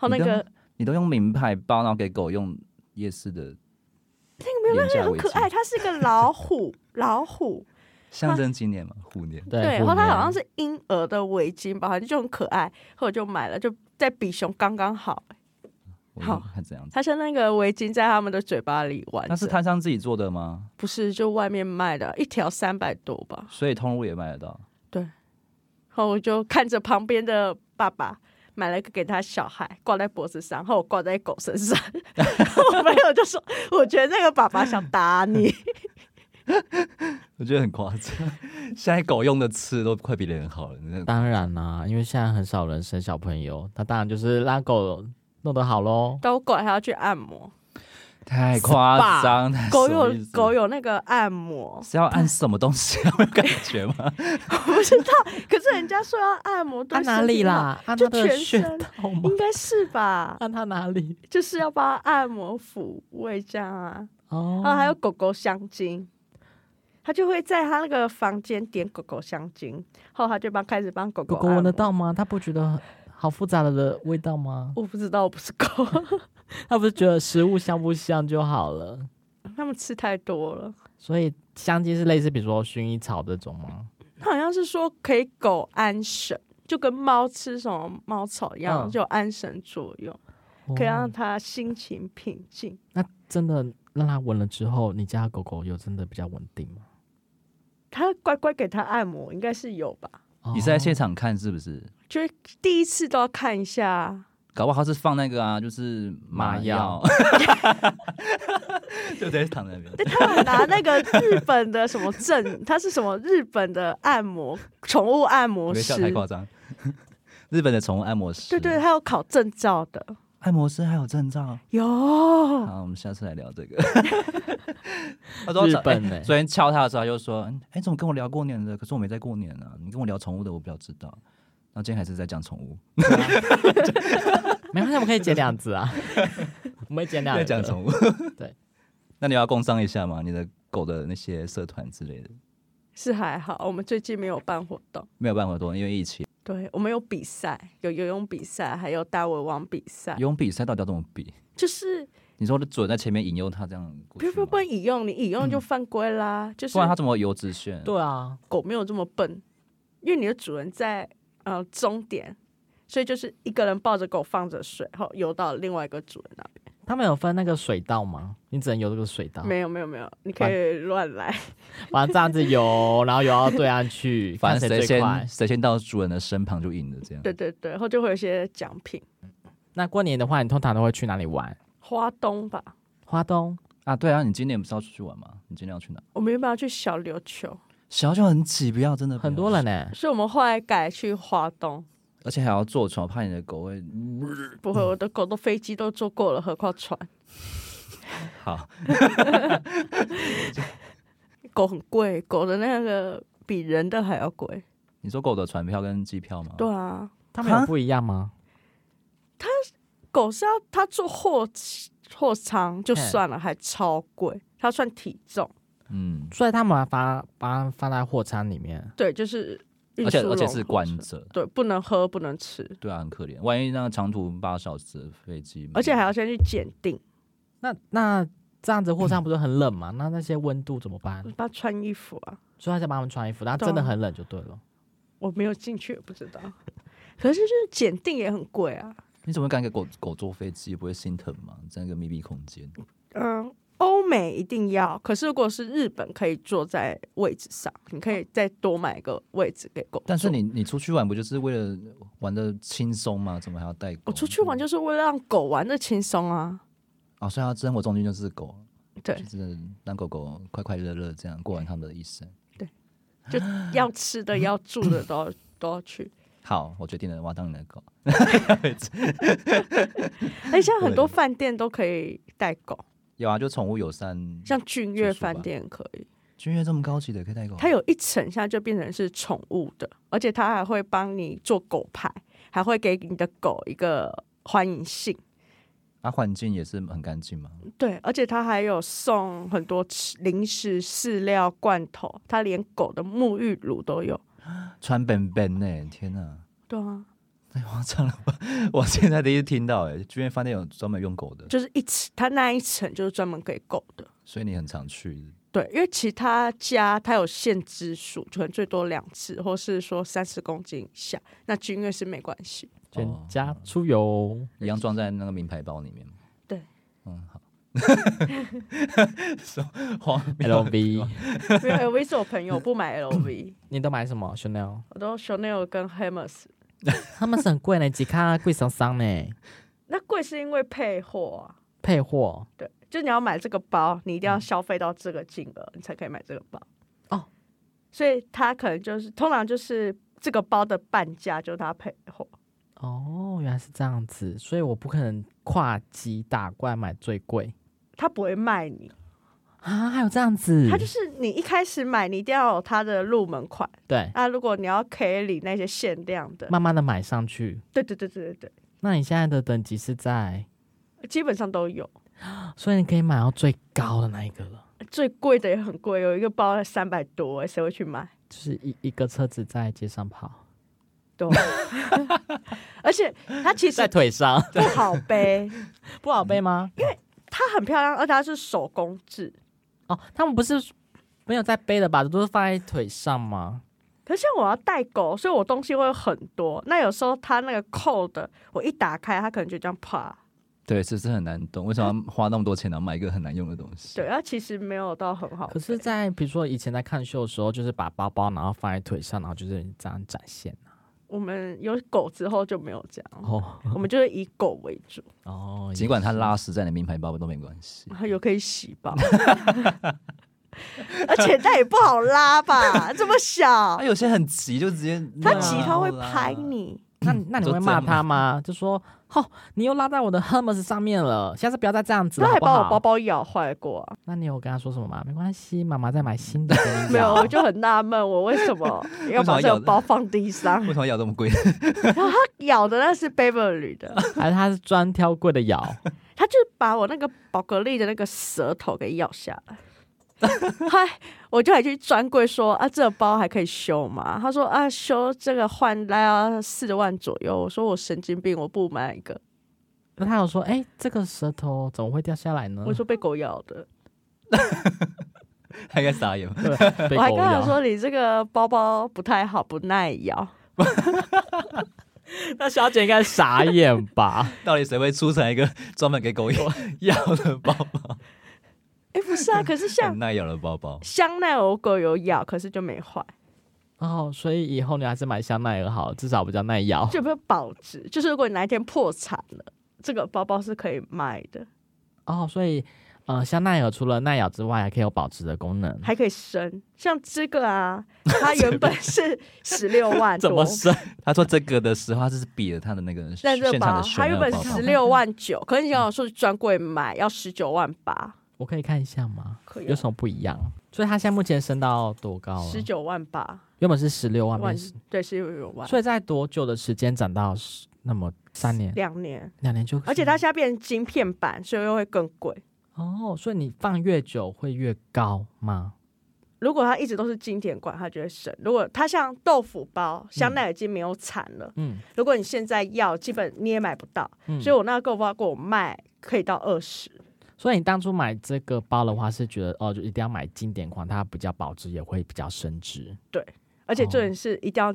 [SPEAKER 1] 然后哦那
[SPEAKER 2] 你
[SPEAKER 1] 个
[SPEAKER 2] 都你都用名牌包，然后给狗用夜市的
[SPEAKER 1] 那个没有
[SPEAKER 2] 廉价
[SPEAKER 1] 那个很
[SPEAKER 2] 围
[SPEAKER 1] 可
[SPEAKER 2] 巾
[SPEAKER 1] 爱，它是一个老 虎，老虎
[SPEAKER 2] 象
[SPEAKER 1] 啊
[SPEAKER 2] 征今年嘛，虎年。
[SPEAKER 3] 对，
[SPEAKER 1] 然后它好
[SPEAKER 3] 不
[SPEAKER 1] 像
[SPEAKER 3] 能
[SPEAKER 1] 是婴儿的围巾吧，反正就很可爱，然后我就买了，就在比熊刚刚好。
[SPEAKER 2] 我
[SPEAKER 1] 好
[SPEAKER 2] 看怎样子。
[SPEAKER 1] 它像那个围巾在他们的嘴巴里玩着，
[SPEAKER 2] 那是摊商自己做的吗？
[SPEAKER 1] 不是就外面卖的，一条三百多吧。
[SPEAKER 2] 所以通路也买得到。
[SPEAKER 1] 然后我就看着旁边的爸爸买了一个给他小孩挂在脖子上，然后我挂在狗身上。我朋友就说：“我觉得那个爸爸想打 你。
[SPEAKER 2] 我觉得很夸张，现在狗用的吃都快比人好了。那
[SPEAKER 3] 当然啦、因为现在很少人生小朋友，那当然就是让狗弄得好喽”。
[SPEAKER 1] 但我狗还要去按 摩，
[SPEAKER 2] 太夸张，
[SPEAKER 1] 狗有狗
[SPEAKER 2] 有
[SPEAKER 1] 有那个按摩，
[SPEAKER 2] 是要按什么东西？啊 会有感觉吗？
[SPEAKER 1] 不知道。可是人家说要按摩，对
[SPEAKER 3] 按哪里啦？按
[SPEAKER 1] 身
[SPEAKER 3] 他
[SPEAKER 1] 体好？就
[SPEAKER 3] 的
[SPEAKER 1] 全
[SPEAKER 3] 穴
[SPEAKER 1] 身，
[SPEAKER 3] 道吗
[SPEAKER 1] 应？该是吧？
[SPEAKER 3] 按 他哪里？
[SPEAKER 1] 就是要帮他按摩抚慰这样啊。
[SPEAKER 3] 哦
[SPEAKER 1] 然后还有狗狗香精，他就会在他那个房间点狗狗香精，后他就帮开始帮狗
[SPEAKER 3] 狗
[SPEAKER 1] 狗
[SPEAKER 3] 狗
[SPEAKER 1] 按
[SPEAKER 3] 闻得
[SPEAKER 1] 摩
[SPEAKER 3] 到吗？他不觉得好复杂的味道吗？
[SPEAKER 1] 我不知道，我不是狗，
[SPEAKER 3] 他不是觉得食物香不香就好了。
[SPEAKER 1] 他们吃太多了。
[SPEAKER 3] 所以香精是类似比如说薰衣草这种吗？
[SPEAKER 1] 他好像是说可以狗安神，就跟猫吃什么猫草一样，
[SPEAKER 3] 嗯
[SPEAKER 1] 就有安神作用，可以
[SPEAKER 3] 哦
[SPEAKER 1] 让它心情平静。
[SPEAKER 3] 那真的让它闻了之后，你家的狗狗有真的比较稳定吗？
[SPEAKER 1] 他乖乖给它按摩，应该是有吧？
[SPEAKER 3] 哦
[SPEAKER 2] 你是在现场看是不是？
[SPEAKER 1] 就是第一次都要看一下，
[SPEAKER 2] 搞不好他是放那个啊，就是麻
[SPEAKER 3] 麻
[SPEAKER 2] 药
[SPEAKER 3] 药，
[SPEAKER 2] 就直接躺在那边。
[SPEAKER 1] 但他们拿那个日本的什么 证，它是什么日本的按摩宠物按摩
[SPEAKER 2] 别
[SPEAKER 1] 师
[SPEAKER 2] 笑，太夸张。 日本的宠物按摩师，
[SPEAKER 1] 对对，，他有考证照的，
[SPEAKER 2] 按摩师还有证照。
[SPEAKER 1] 有
[SPEAKER 2] 好，我们下次来聊 这个。他说
[SPEAKER 3] 日
[SPEAKER 2] 早
[SPEAKER 3] 本
[SPEAKER 2] 哎
[SPEAKER 3] 呢
[SPEAKER 2] 昨天敲他的时候，他就说：“嗯哎、怎么跟我聊过年的？可是我没在过年啊。你跟我聊宠物的，我比较知道。”然后今天还是在讲宠 物，
[SPEAKER 3] 没关系，我们可以剪两只 啊，我们会剪两
[SPEAKER 2] 在
[SPEAKER 3] 个
[SPEAKER 2] 讲宠物。
[SPEAKER 3] 对，
[SPEAKER 2] 那你要工商一下吗？你的狗的那些社团之类的，
[SPEAKER 1] 是还好，我们最近没有办活动。
[SPEAKER 2] 没有办法多，因为疫情。
[SPEAKER 1] 对，我们有比赛，有游泳比赛，还有大胃王比赛
[SPEAKER 2] 游，泳比赛到底要怎么比？
[SPEAKER 1] 就是
[SPEAKER 2] 你说的准在前面引诱它这样过
[SPEAKER 1] 不
[SPEAKER 2] 去
[SPEAKER 1] 不
[SPEAKER 2] 吗？
[SPEAKER 1] 不能引用，你引用就犯规啦。就是
[SPEAKER 2] 不然它怎么游直线？
[SPEAKER 3] 对啊，
[SPEAKER 1] 狗没有这么笨，因为你的主人在呃终点，所以就是一个人抱着狗放着水，然后游到另外一个主人那边。
[SPEAKER 3] 他们有分那个水道吗？你只能游这个水道，
[SPEAKER 1] 没有没有没有，你可以乱来。
[SPEAKER 3] 反正这样子游，然后游到对岸 去，
[SPEAKER 2] 反
[SPEAKER 3] 看
[SPEAKER 2] 正
[SPEAKER 3] 谁
[SPEAKER 2] 谁
[SPEAKER 3] 最快
[SPEAKER 2] 先。谁先到主人的身旁就赢了，这样。
[SPEAKER 1] 对对对，然后就会有一些奖品。
[SPEAKER 3] 那过年的话，你通常都会去哪里玩？
[SPEAKER 1] 花东吧，
[SPEAKER 3] 花东
[SPEAKER 2] 啊，对啊，你今年不是要出去玩吗？你今年要去哪？
[SPEAKER 1] 我们原本要去小琉球，
[SPEAKER 2] 小就很挤，不要真的不要
[SPEAKER 3] 很多人呢、
[SPEAKER 1] 所以我们后来改去花东。
[SPEAKER 2] 而且还要坐船，怕你的狗会
[SPEAKER 1] 不
[SPEAKER 2] 嗯
[SPEAKER 1] 会，我的狗都飞机都坐过了，何况船？
[SPEAKER 2] 好。
[SPEAKER 1] 狗很贵，狗的那个比人的还要贵。
[SPEAKER 2] 你说狗的船票跟机票吗？
[SPEAKER 1] 对，啊，
[SPEAKER 3] 他们有不一样吗？
[SPEAKER 1] 狗是要它坐货货舱就算了，还超贵，它算体重。
[SPEAKER 2] 嗯，
[SPEAKER 3] 所以他们把它把它放在货仓里面，
[SPEAKER 1] 对，就是运
[SPEAKER 2] 而且
[SPEAKER 1] 输
[SPEAKER 2] 而且
[SPEAKER 1] 笼
[SPEAKER 2] 是
[SPEAKER 1] 货
[SPEAKER 2] 关
[SPEAKER 1] 车
[SPEAKER 2] 着，
[SPEAKER 1] 对，不能喝，不能吃，
[SPEAKER 2] 对啊，很可怜。万一那长途八小时的飞机，
[SPEAKER 1] 而且还要先去检定，
[SPEAKER 3] 那那这样子货仓不是很冷吗？那那些温度怎么办？
[SPEAKER 1] 帮它穿衣服啊。
[SPEAKER 3] 所以他就帮他们穿衣服，然后
[SPEAKER 1] 对啊
[SPEAKER 3] 真的很冷就对了。
[SPEAKER 1] 我没有进去，不知道。可是就是检定也很贵啊。
[SPEAKER 2] 你怎么敢给狗狗坐飞机？不会心疼吗？在那个密闭空间，
[SPEAKER 1] 嗯，欧美一定要，可是如果是日本，可以坐在位置上，你可以再多买一个位置给狗坐。
[SPEAKER 2] 但是你你出去玩不就是为了玩的轻松吗？怎么还要带狗？
[SPEAKER 1] 我出去玩就是为了让狗玩的轻松啊。
[SPEAKER 2] 啊，所以它生活中心就是狗，
[SPEAKER 1] 对
[SPEAKER 2] 就，是让狗狗快快乐乐这样过完他们的一生。
[SPEAKER 1] 要吃的、要住的都 要都要去。
[SPEAKER 2] 好，我决定了，我要当你的狗。
[SPEAKER 1] 哎，像很多饭店都可以带狗，
[SPEAKER 2] 有啊，就宠物友善，
[SPEAKER 1] 像君悦饭店可以，
[SPEAKER 2] 君悦这么高级的可以带狗，
[SPEAKER 1] 它有一层现在就变成是宠物的，而且它还会帮你做狗牌，还会给你的狗一个欢迎信。
[SPEAKER 2] 啊，环境也是很干净嘛。
[SPEAKER 1] 对，而且它还有送很多吃零食、饲料、罐头，它连狗的沐浴乳都有。
[SPEAKER 2] 穿本本呢，天哪，
[SPEAKER 1] 对啊，
[SPEAKER 2] 太夸张了吧！我现在第一次听到，哎，君悦饭店有专门用狗的，
[SPEAKER 1] 就是一层，它那一层就是专门给狗的。
[SPEAKER 2] 所以你很常去。
[SPEAKER 1] 对，因为其他家它有限只数，可能最多两只，或是说三十公斤以下。那君悦是没关系。
[SPEAKER 3] 全家出游，
[SPEAKER 2] 哦一样装在那个名牌包里面。
[SPEAKER 1] 对，
[SPEAKER 2] 嗯，好。 什么荒谬
[SPEAKER 3] LV，
[SPEAKER 1] 没有 LV 是我朋友，我不买 LV，
[SPEAKER 3] 你都买什么？Chanel，
[SPEAKER 1] 我都 Chanel 跟 Hermes。
[SPEAKER 3] 他们是很贵呢，几卡贵桑桑呢，
[SPEAKER 1] 那贵是因为配货啊，
[SPEAKER 3] 配货
[SPEAKER 1] 对，就你要买这个包，你一定要消费到这个金额，你才可以买这个包。
[SPEAKER 3] 嗯哦，
[SPEAKER 1] 所以它可能就是通常就是这个包的半价，就是它配货。
[SPEAKER 3] 哦，原来是这样子，所以我不可能跨级打怪买最贵
[SPEAKER 1] 它不会卖你，
[SPEAKER 3] 啊，还有这样子，
[SPEAKER 1] 它就是你一开始买，你一定要有它的入门款。
[SPEAKER 3] 对，
[SPEAKER 1] 那如果你要 K 里那些限量的，
[SPEAKER 3] 慢慢的买上去。
[SPEAKER 1] 对对对对对
[SPEAKER 3] 那你现在的等级是在，
[SPEAKER 1] 对，基本上都有。
[SPEAKER 3] 所以你可以买到最高的那一个了，
[SPEAKER 1] 最贵的也很贵，有一个包三百多、欸谁会去买？
[SPEAKER 3] 就是一一个车子在街上跑。
[SPEAKER 1] 对，啊 而且她 其
[SPEAKER 3] 在
[SPEAKER 1] 实
[SPEAKER 3] 腿上
[SPEAKER 1] 不好背，
[SPEAKER 3] 不好背吗？
[SPEAKER 1] 她很漂亮，而且她是手工制。
[SPEAKER 3] 哦，他们不是没有在背的吧？都是放在腿上吗？
[SPEAKER 1] 可是像我要带狗，所以我东西会有很多。那有时候它那个扣的，我一打开，它可能就这样啪。
[SPEAKER 2] 对，这是很难懂，为什么要花那么多钱然后买一个很难用的东西？
[SPEAKER 1] 对，它其实没有到很好背。
[SPEAKER 3] 可是，在比如说以前在看秀的时候，就是把包包然后放在腿上，然后就是这样展现。
[SPEAKER 1] 我们有狗之后就没有这样，
[SPEAKER 3] 哦
[SPEAKER 1] 我们就是以狗为主，
[SPEAKER 3] 哦，
[SPEAKER 2] 尽管它
[SPEAKER 3] 也是
[SPEAKER 2] 拉屎在你的名牌包包都没关系。
[SPEAKER 1] 然后有可以洗吧。而且它也不好拉 吧，这么小
[SPEAKER 2] 啊，，有些很急就直接
[SPEAKER 1] 它
[SPEAKER 2] 拉
[SPEAKER 1] 急它会
[SPEAKER 2] 啦
[SPEAKER 1] 拍你。
[SPEAKER 3] 那那你
[SPEAKER 2] 就
[SPEAKER 3] 会
[SPEAKER 2] 这
[SPEAKER 3] 骂
[SPEAKER 2] 样
[SPEAKER 3] 他吗？ 就说哦，你又拉在我的 Hermes 上面了，下次不要再这样子了，
[SPEAKER 1] 它
[SPEAKER 3] 好
[SPEAKER 1] 还
[SPEAKER 3] 不
[SPEAKER 1] 把
[SPEAKER 3] 好？
[SPEAKER 1] 我包包咬坏过啊、
[SPEAKER 3] 那你有跟他说什么吗？没关系，妈妈再买新的给 你咬。
[SPEAKER 1] 没有，我就很纳闷，我为什 么要把这个包放地上
[SPEAKER 2] 为？什么要这么贵？
[SPEAKER 1] 咬的那是 Beverly 的，
[SPEAKER 3] 还是他是专挑贵的咬。
[SPEAKER 1] 他就把我那个宝格丽的那个舌头给咬下来。嗨，我就还去专柜说啊，这包还可以修吗？他说啊，修这个换大概四万左右。我说我神经病，我不买一个。
[SPEAKER 3] 那他有说，哎、这个舌头怎么会掉下来呢？
[SPEAKER 1] 我说被狗咬的，
[SPEAKER 2] 他应该傻眼吧。
[SPEAKER 3] 对，被
[SPEAKER 1] 我还
[SPEAKER 3] 狗
[SPEAKER 1] 跟他
[SPEAKER 3] 咬。
[SPEAKER 1] 说你这个包包不太好，不耐咬。
[SPEAKER 3] 那小姐应该傻眼吧？
[SPEAKER 2] 到底谁会出成一个专门给狗咬 咬的包包？
[SPEAKER 1] 哎，不是啊，
[SPEAKER 3] 嗯
[SPEAKER 1] 可是像
[SPEAKER 2] 很耐咬的包包。
[SPEAKER 1] 香奈儿狗有咬，可是就没坏。
[SPEAKER 3] 哦，所以以后你还是买香奈儿好，至少比较耐咬。
[SPEAKER 1] 就有没有保值？就是如果你哪一天破产了，这个包包是可以卖的，
[SPEAKER 3] 哦，所以呃，香奈儿除了耐咬之外，还可以有保值的功能。
[SPEAKER 1] 还可以升。像这个 啊，它原本是十六万
[SPEAKER 3] 怎么
[SPEAKER 1] 多，
[SPEAKER 3] 生？
[SPEAKER 2] 他说这个的时候，他是比了他的那个
[SPEAKER 1] 但这个
[SPEAKER 2] 现场
[SPEAKER 1] 包它
[SPEAKER 2] 的选
[SPEAKER 1] 原
[SPEAKER 2] 料
[SPEAKER 1] 本
[SPEAKER 2] 包
[SPEAKER 1] 十
[SPEAKER 2] 包。
[SPEAKER 1] 六万九，可是你想
[SPEAKER 3] 嗯
[SPEAKER 1] 想说去专柜买要十九万八，
[SPEAKER 3] 我可以看一下吗？
[SPEAKER 1] 可以啊
[SPEAKER 3] 有什么不一样？所以它现在目前升到多高了
[SPEAKER 1] 十？九万八
[SPEAKER 3] 原本是十六万，
[SPEAKER 1] 万
[SPEAKER 3] 变10，
[SPEAKER 1] 对，十九万
[SPEAKER 3] 所以在多久的时间涨到10那么三年？
[SPEAKER 1] 两年，
[SPEAKER 3] 两年就，
[SPEAKER 1] 而且它现在变成晶片版，所以又会更贵。
[SPEAKER 3] 哦，所以你放越久会越高吗？
[SPEAKER 1] 如果它一直都是经典款，它就会升。如果它像豆腐包，香奈儿已经没有产了，
[SPEAKER 3] 嗯，
[SPEAKER 1] 如果你现在要，基本你也买不到。
[SPEAKER 3] 嗯
[SPEAKER 1] 所以我那个购物包给我卖可以到二十，
[SPEAKER 3] 所以你当初买这个包的话，是觉得哦，就一定要买经典款，它比较保值，也会比较升值。
[SPEAKER 1] 而
[SPEAKER 2] 哦
[SPEAKER 1] 且重点是一定要，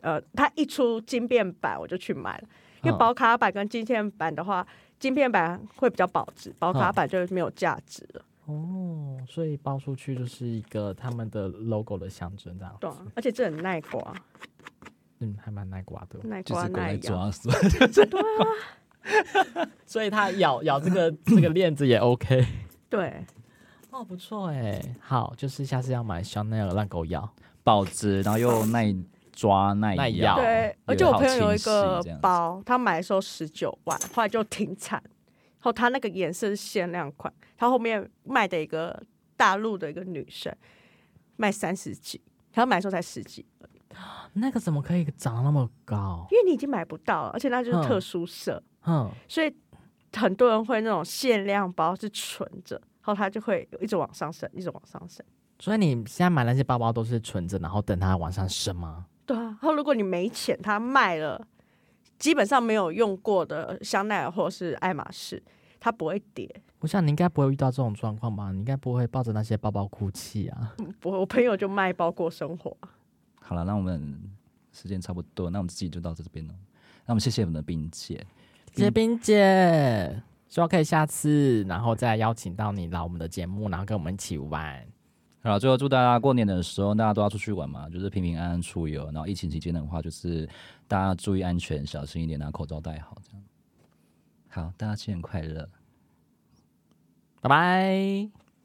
[SPEAKER 1] 呃，它一出金变版我就去买了，因为
[SPEAKER 3] 嗯
[SPEAKER 1] 保卡版跟金片版的话，金片版会比较保值，保卡版就没有价值了，
[SPEAKER 3] 哦，所以包出去就是一个他们的 logo 的象征，这样。
[SPEAKER 1] 对啊、而且这很耐刮，
[SPEAKER 3] 嗯，还蛮耐刮的。
[SPEAKER 1] 耐
[SPEAKER 2] 就
[SPEAKER 1] 刮
[SPEAKER 2] 是狗
[SPEAKER 1] 耐
[SPEAKER 2] 在
[SPEAKER 1] 咬，
[SPEAKER 2] 抓死，
[SPEAKER 3] 所以它咬 咬这个这个链子也 OK。
[SPEAKER 1] 对，
[SPEAKER 3] 哦，不错哎，好，就是下次要买香奈儿让狗咬。
[SPEAKER 2] 保值，然后 又耐抓耐
[SPEAKER 3] 耐
[SPEAKER 2] 咬。
[SPEAKER 3] 咬
[SPEAKER 1] 对，而且
[SPEAKER 2] 哦有
[SPEAKER 1] 我
[SPEAKER 2] 好
[SPEAKER 1] 朋友有一
[SPEAKER 2] 清晰
[SPEAKER 1] 个
[SPEAKER 2] 这样子
[SPEAKER 1] 包，他买的时候十九万，后来就停产。然后他那个颜色是限量款，他后面卖的一个大陆的一个女生卖三十几，他买的时候才十几，
[SPEAKER 3] 那个怎么可以长那么高？
[SPEAKER 1] 因为你已经买不到了，而且那就是特殊色，
[SPEAKER 3] 嗯，
[SPEAKER 1] 所以很多人会那种限量包是存着，然后它就会一直往上升，一直往上升。
[SPEAKER 3] 所以你现在买那些包包都是存着，然后等它往上升吗？
[SPEAKER 1] 对啊，然后如果你没钱，他卖了，基本上没有用过的香奈儿或是爱马仕，它不会跌。
[SPEAKER 3] 我想你应该不会遇到这种状况吧？你应该不会抱着那些包包哭泣啊？
[SPEAKER 1] 我我朋友就卖包过生活，
[SPEAKER 2] 好了，那我们时间差不多，那我们自己就到这边了。那我们谢谢我们的冰姐，
[SPEAKER 3] 结冰姐，希望可以下次，然后再邀请到你来我们的节目，然后跟我们一起玩。
[SPEAKER 2] 好，最后祝大家过年的时候，大家都要出去玩嘛，就是平平安安出游。然后疫情期间的话，就是大家注意安全，小心一点，拿口罩戴好，这样。好，大家新年快乐。
[SPEAKER 3] 拜拜。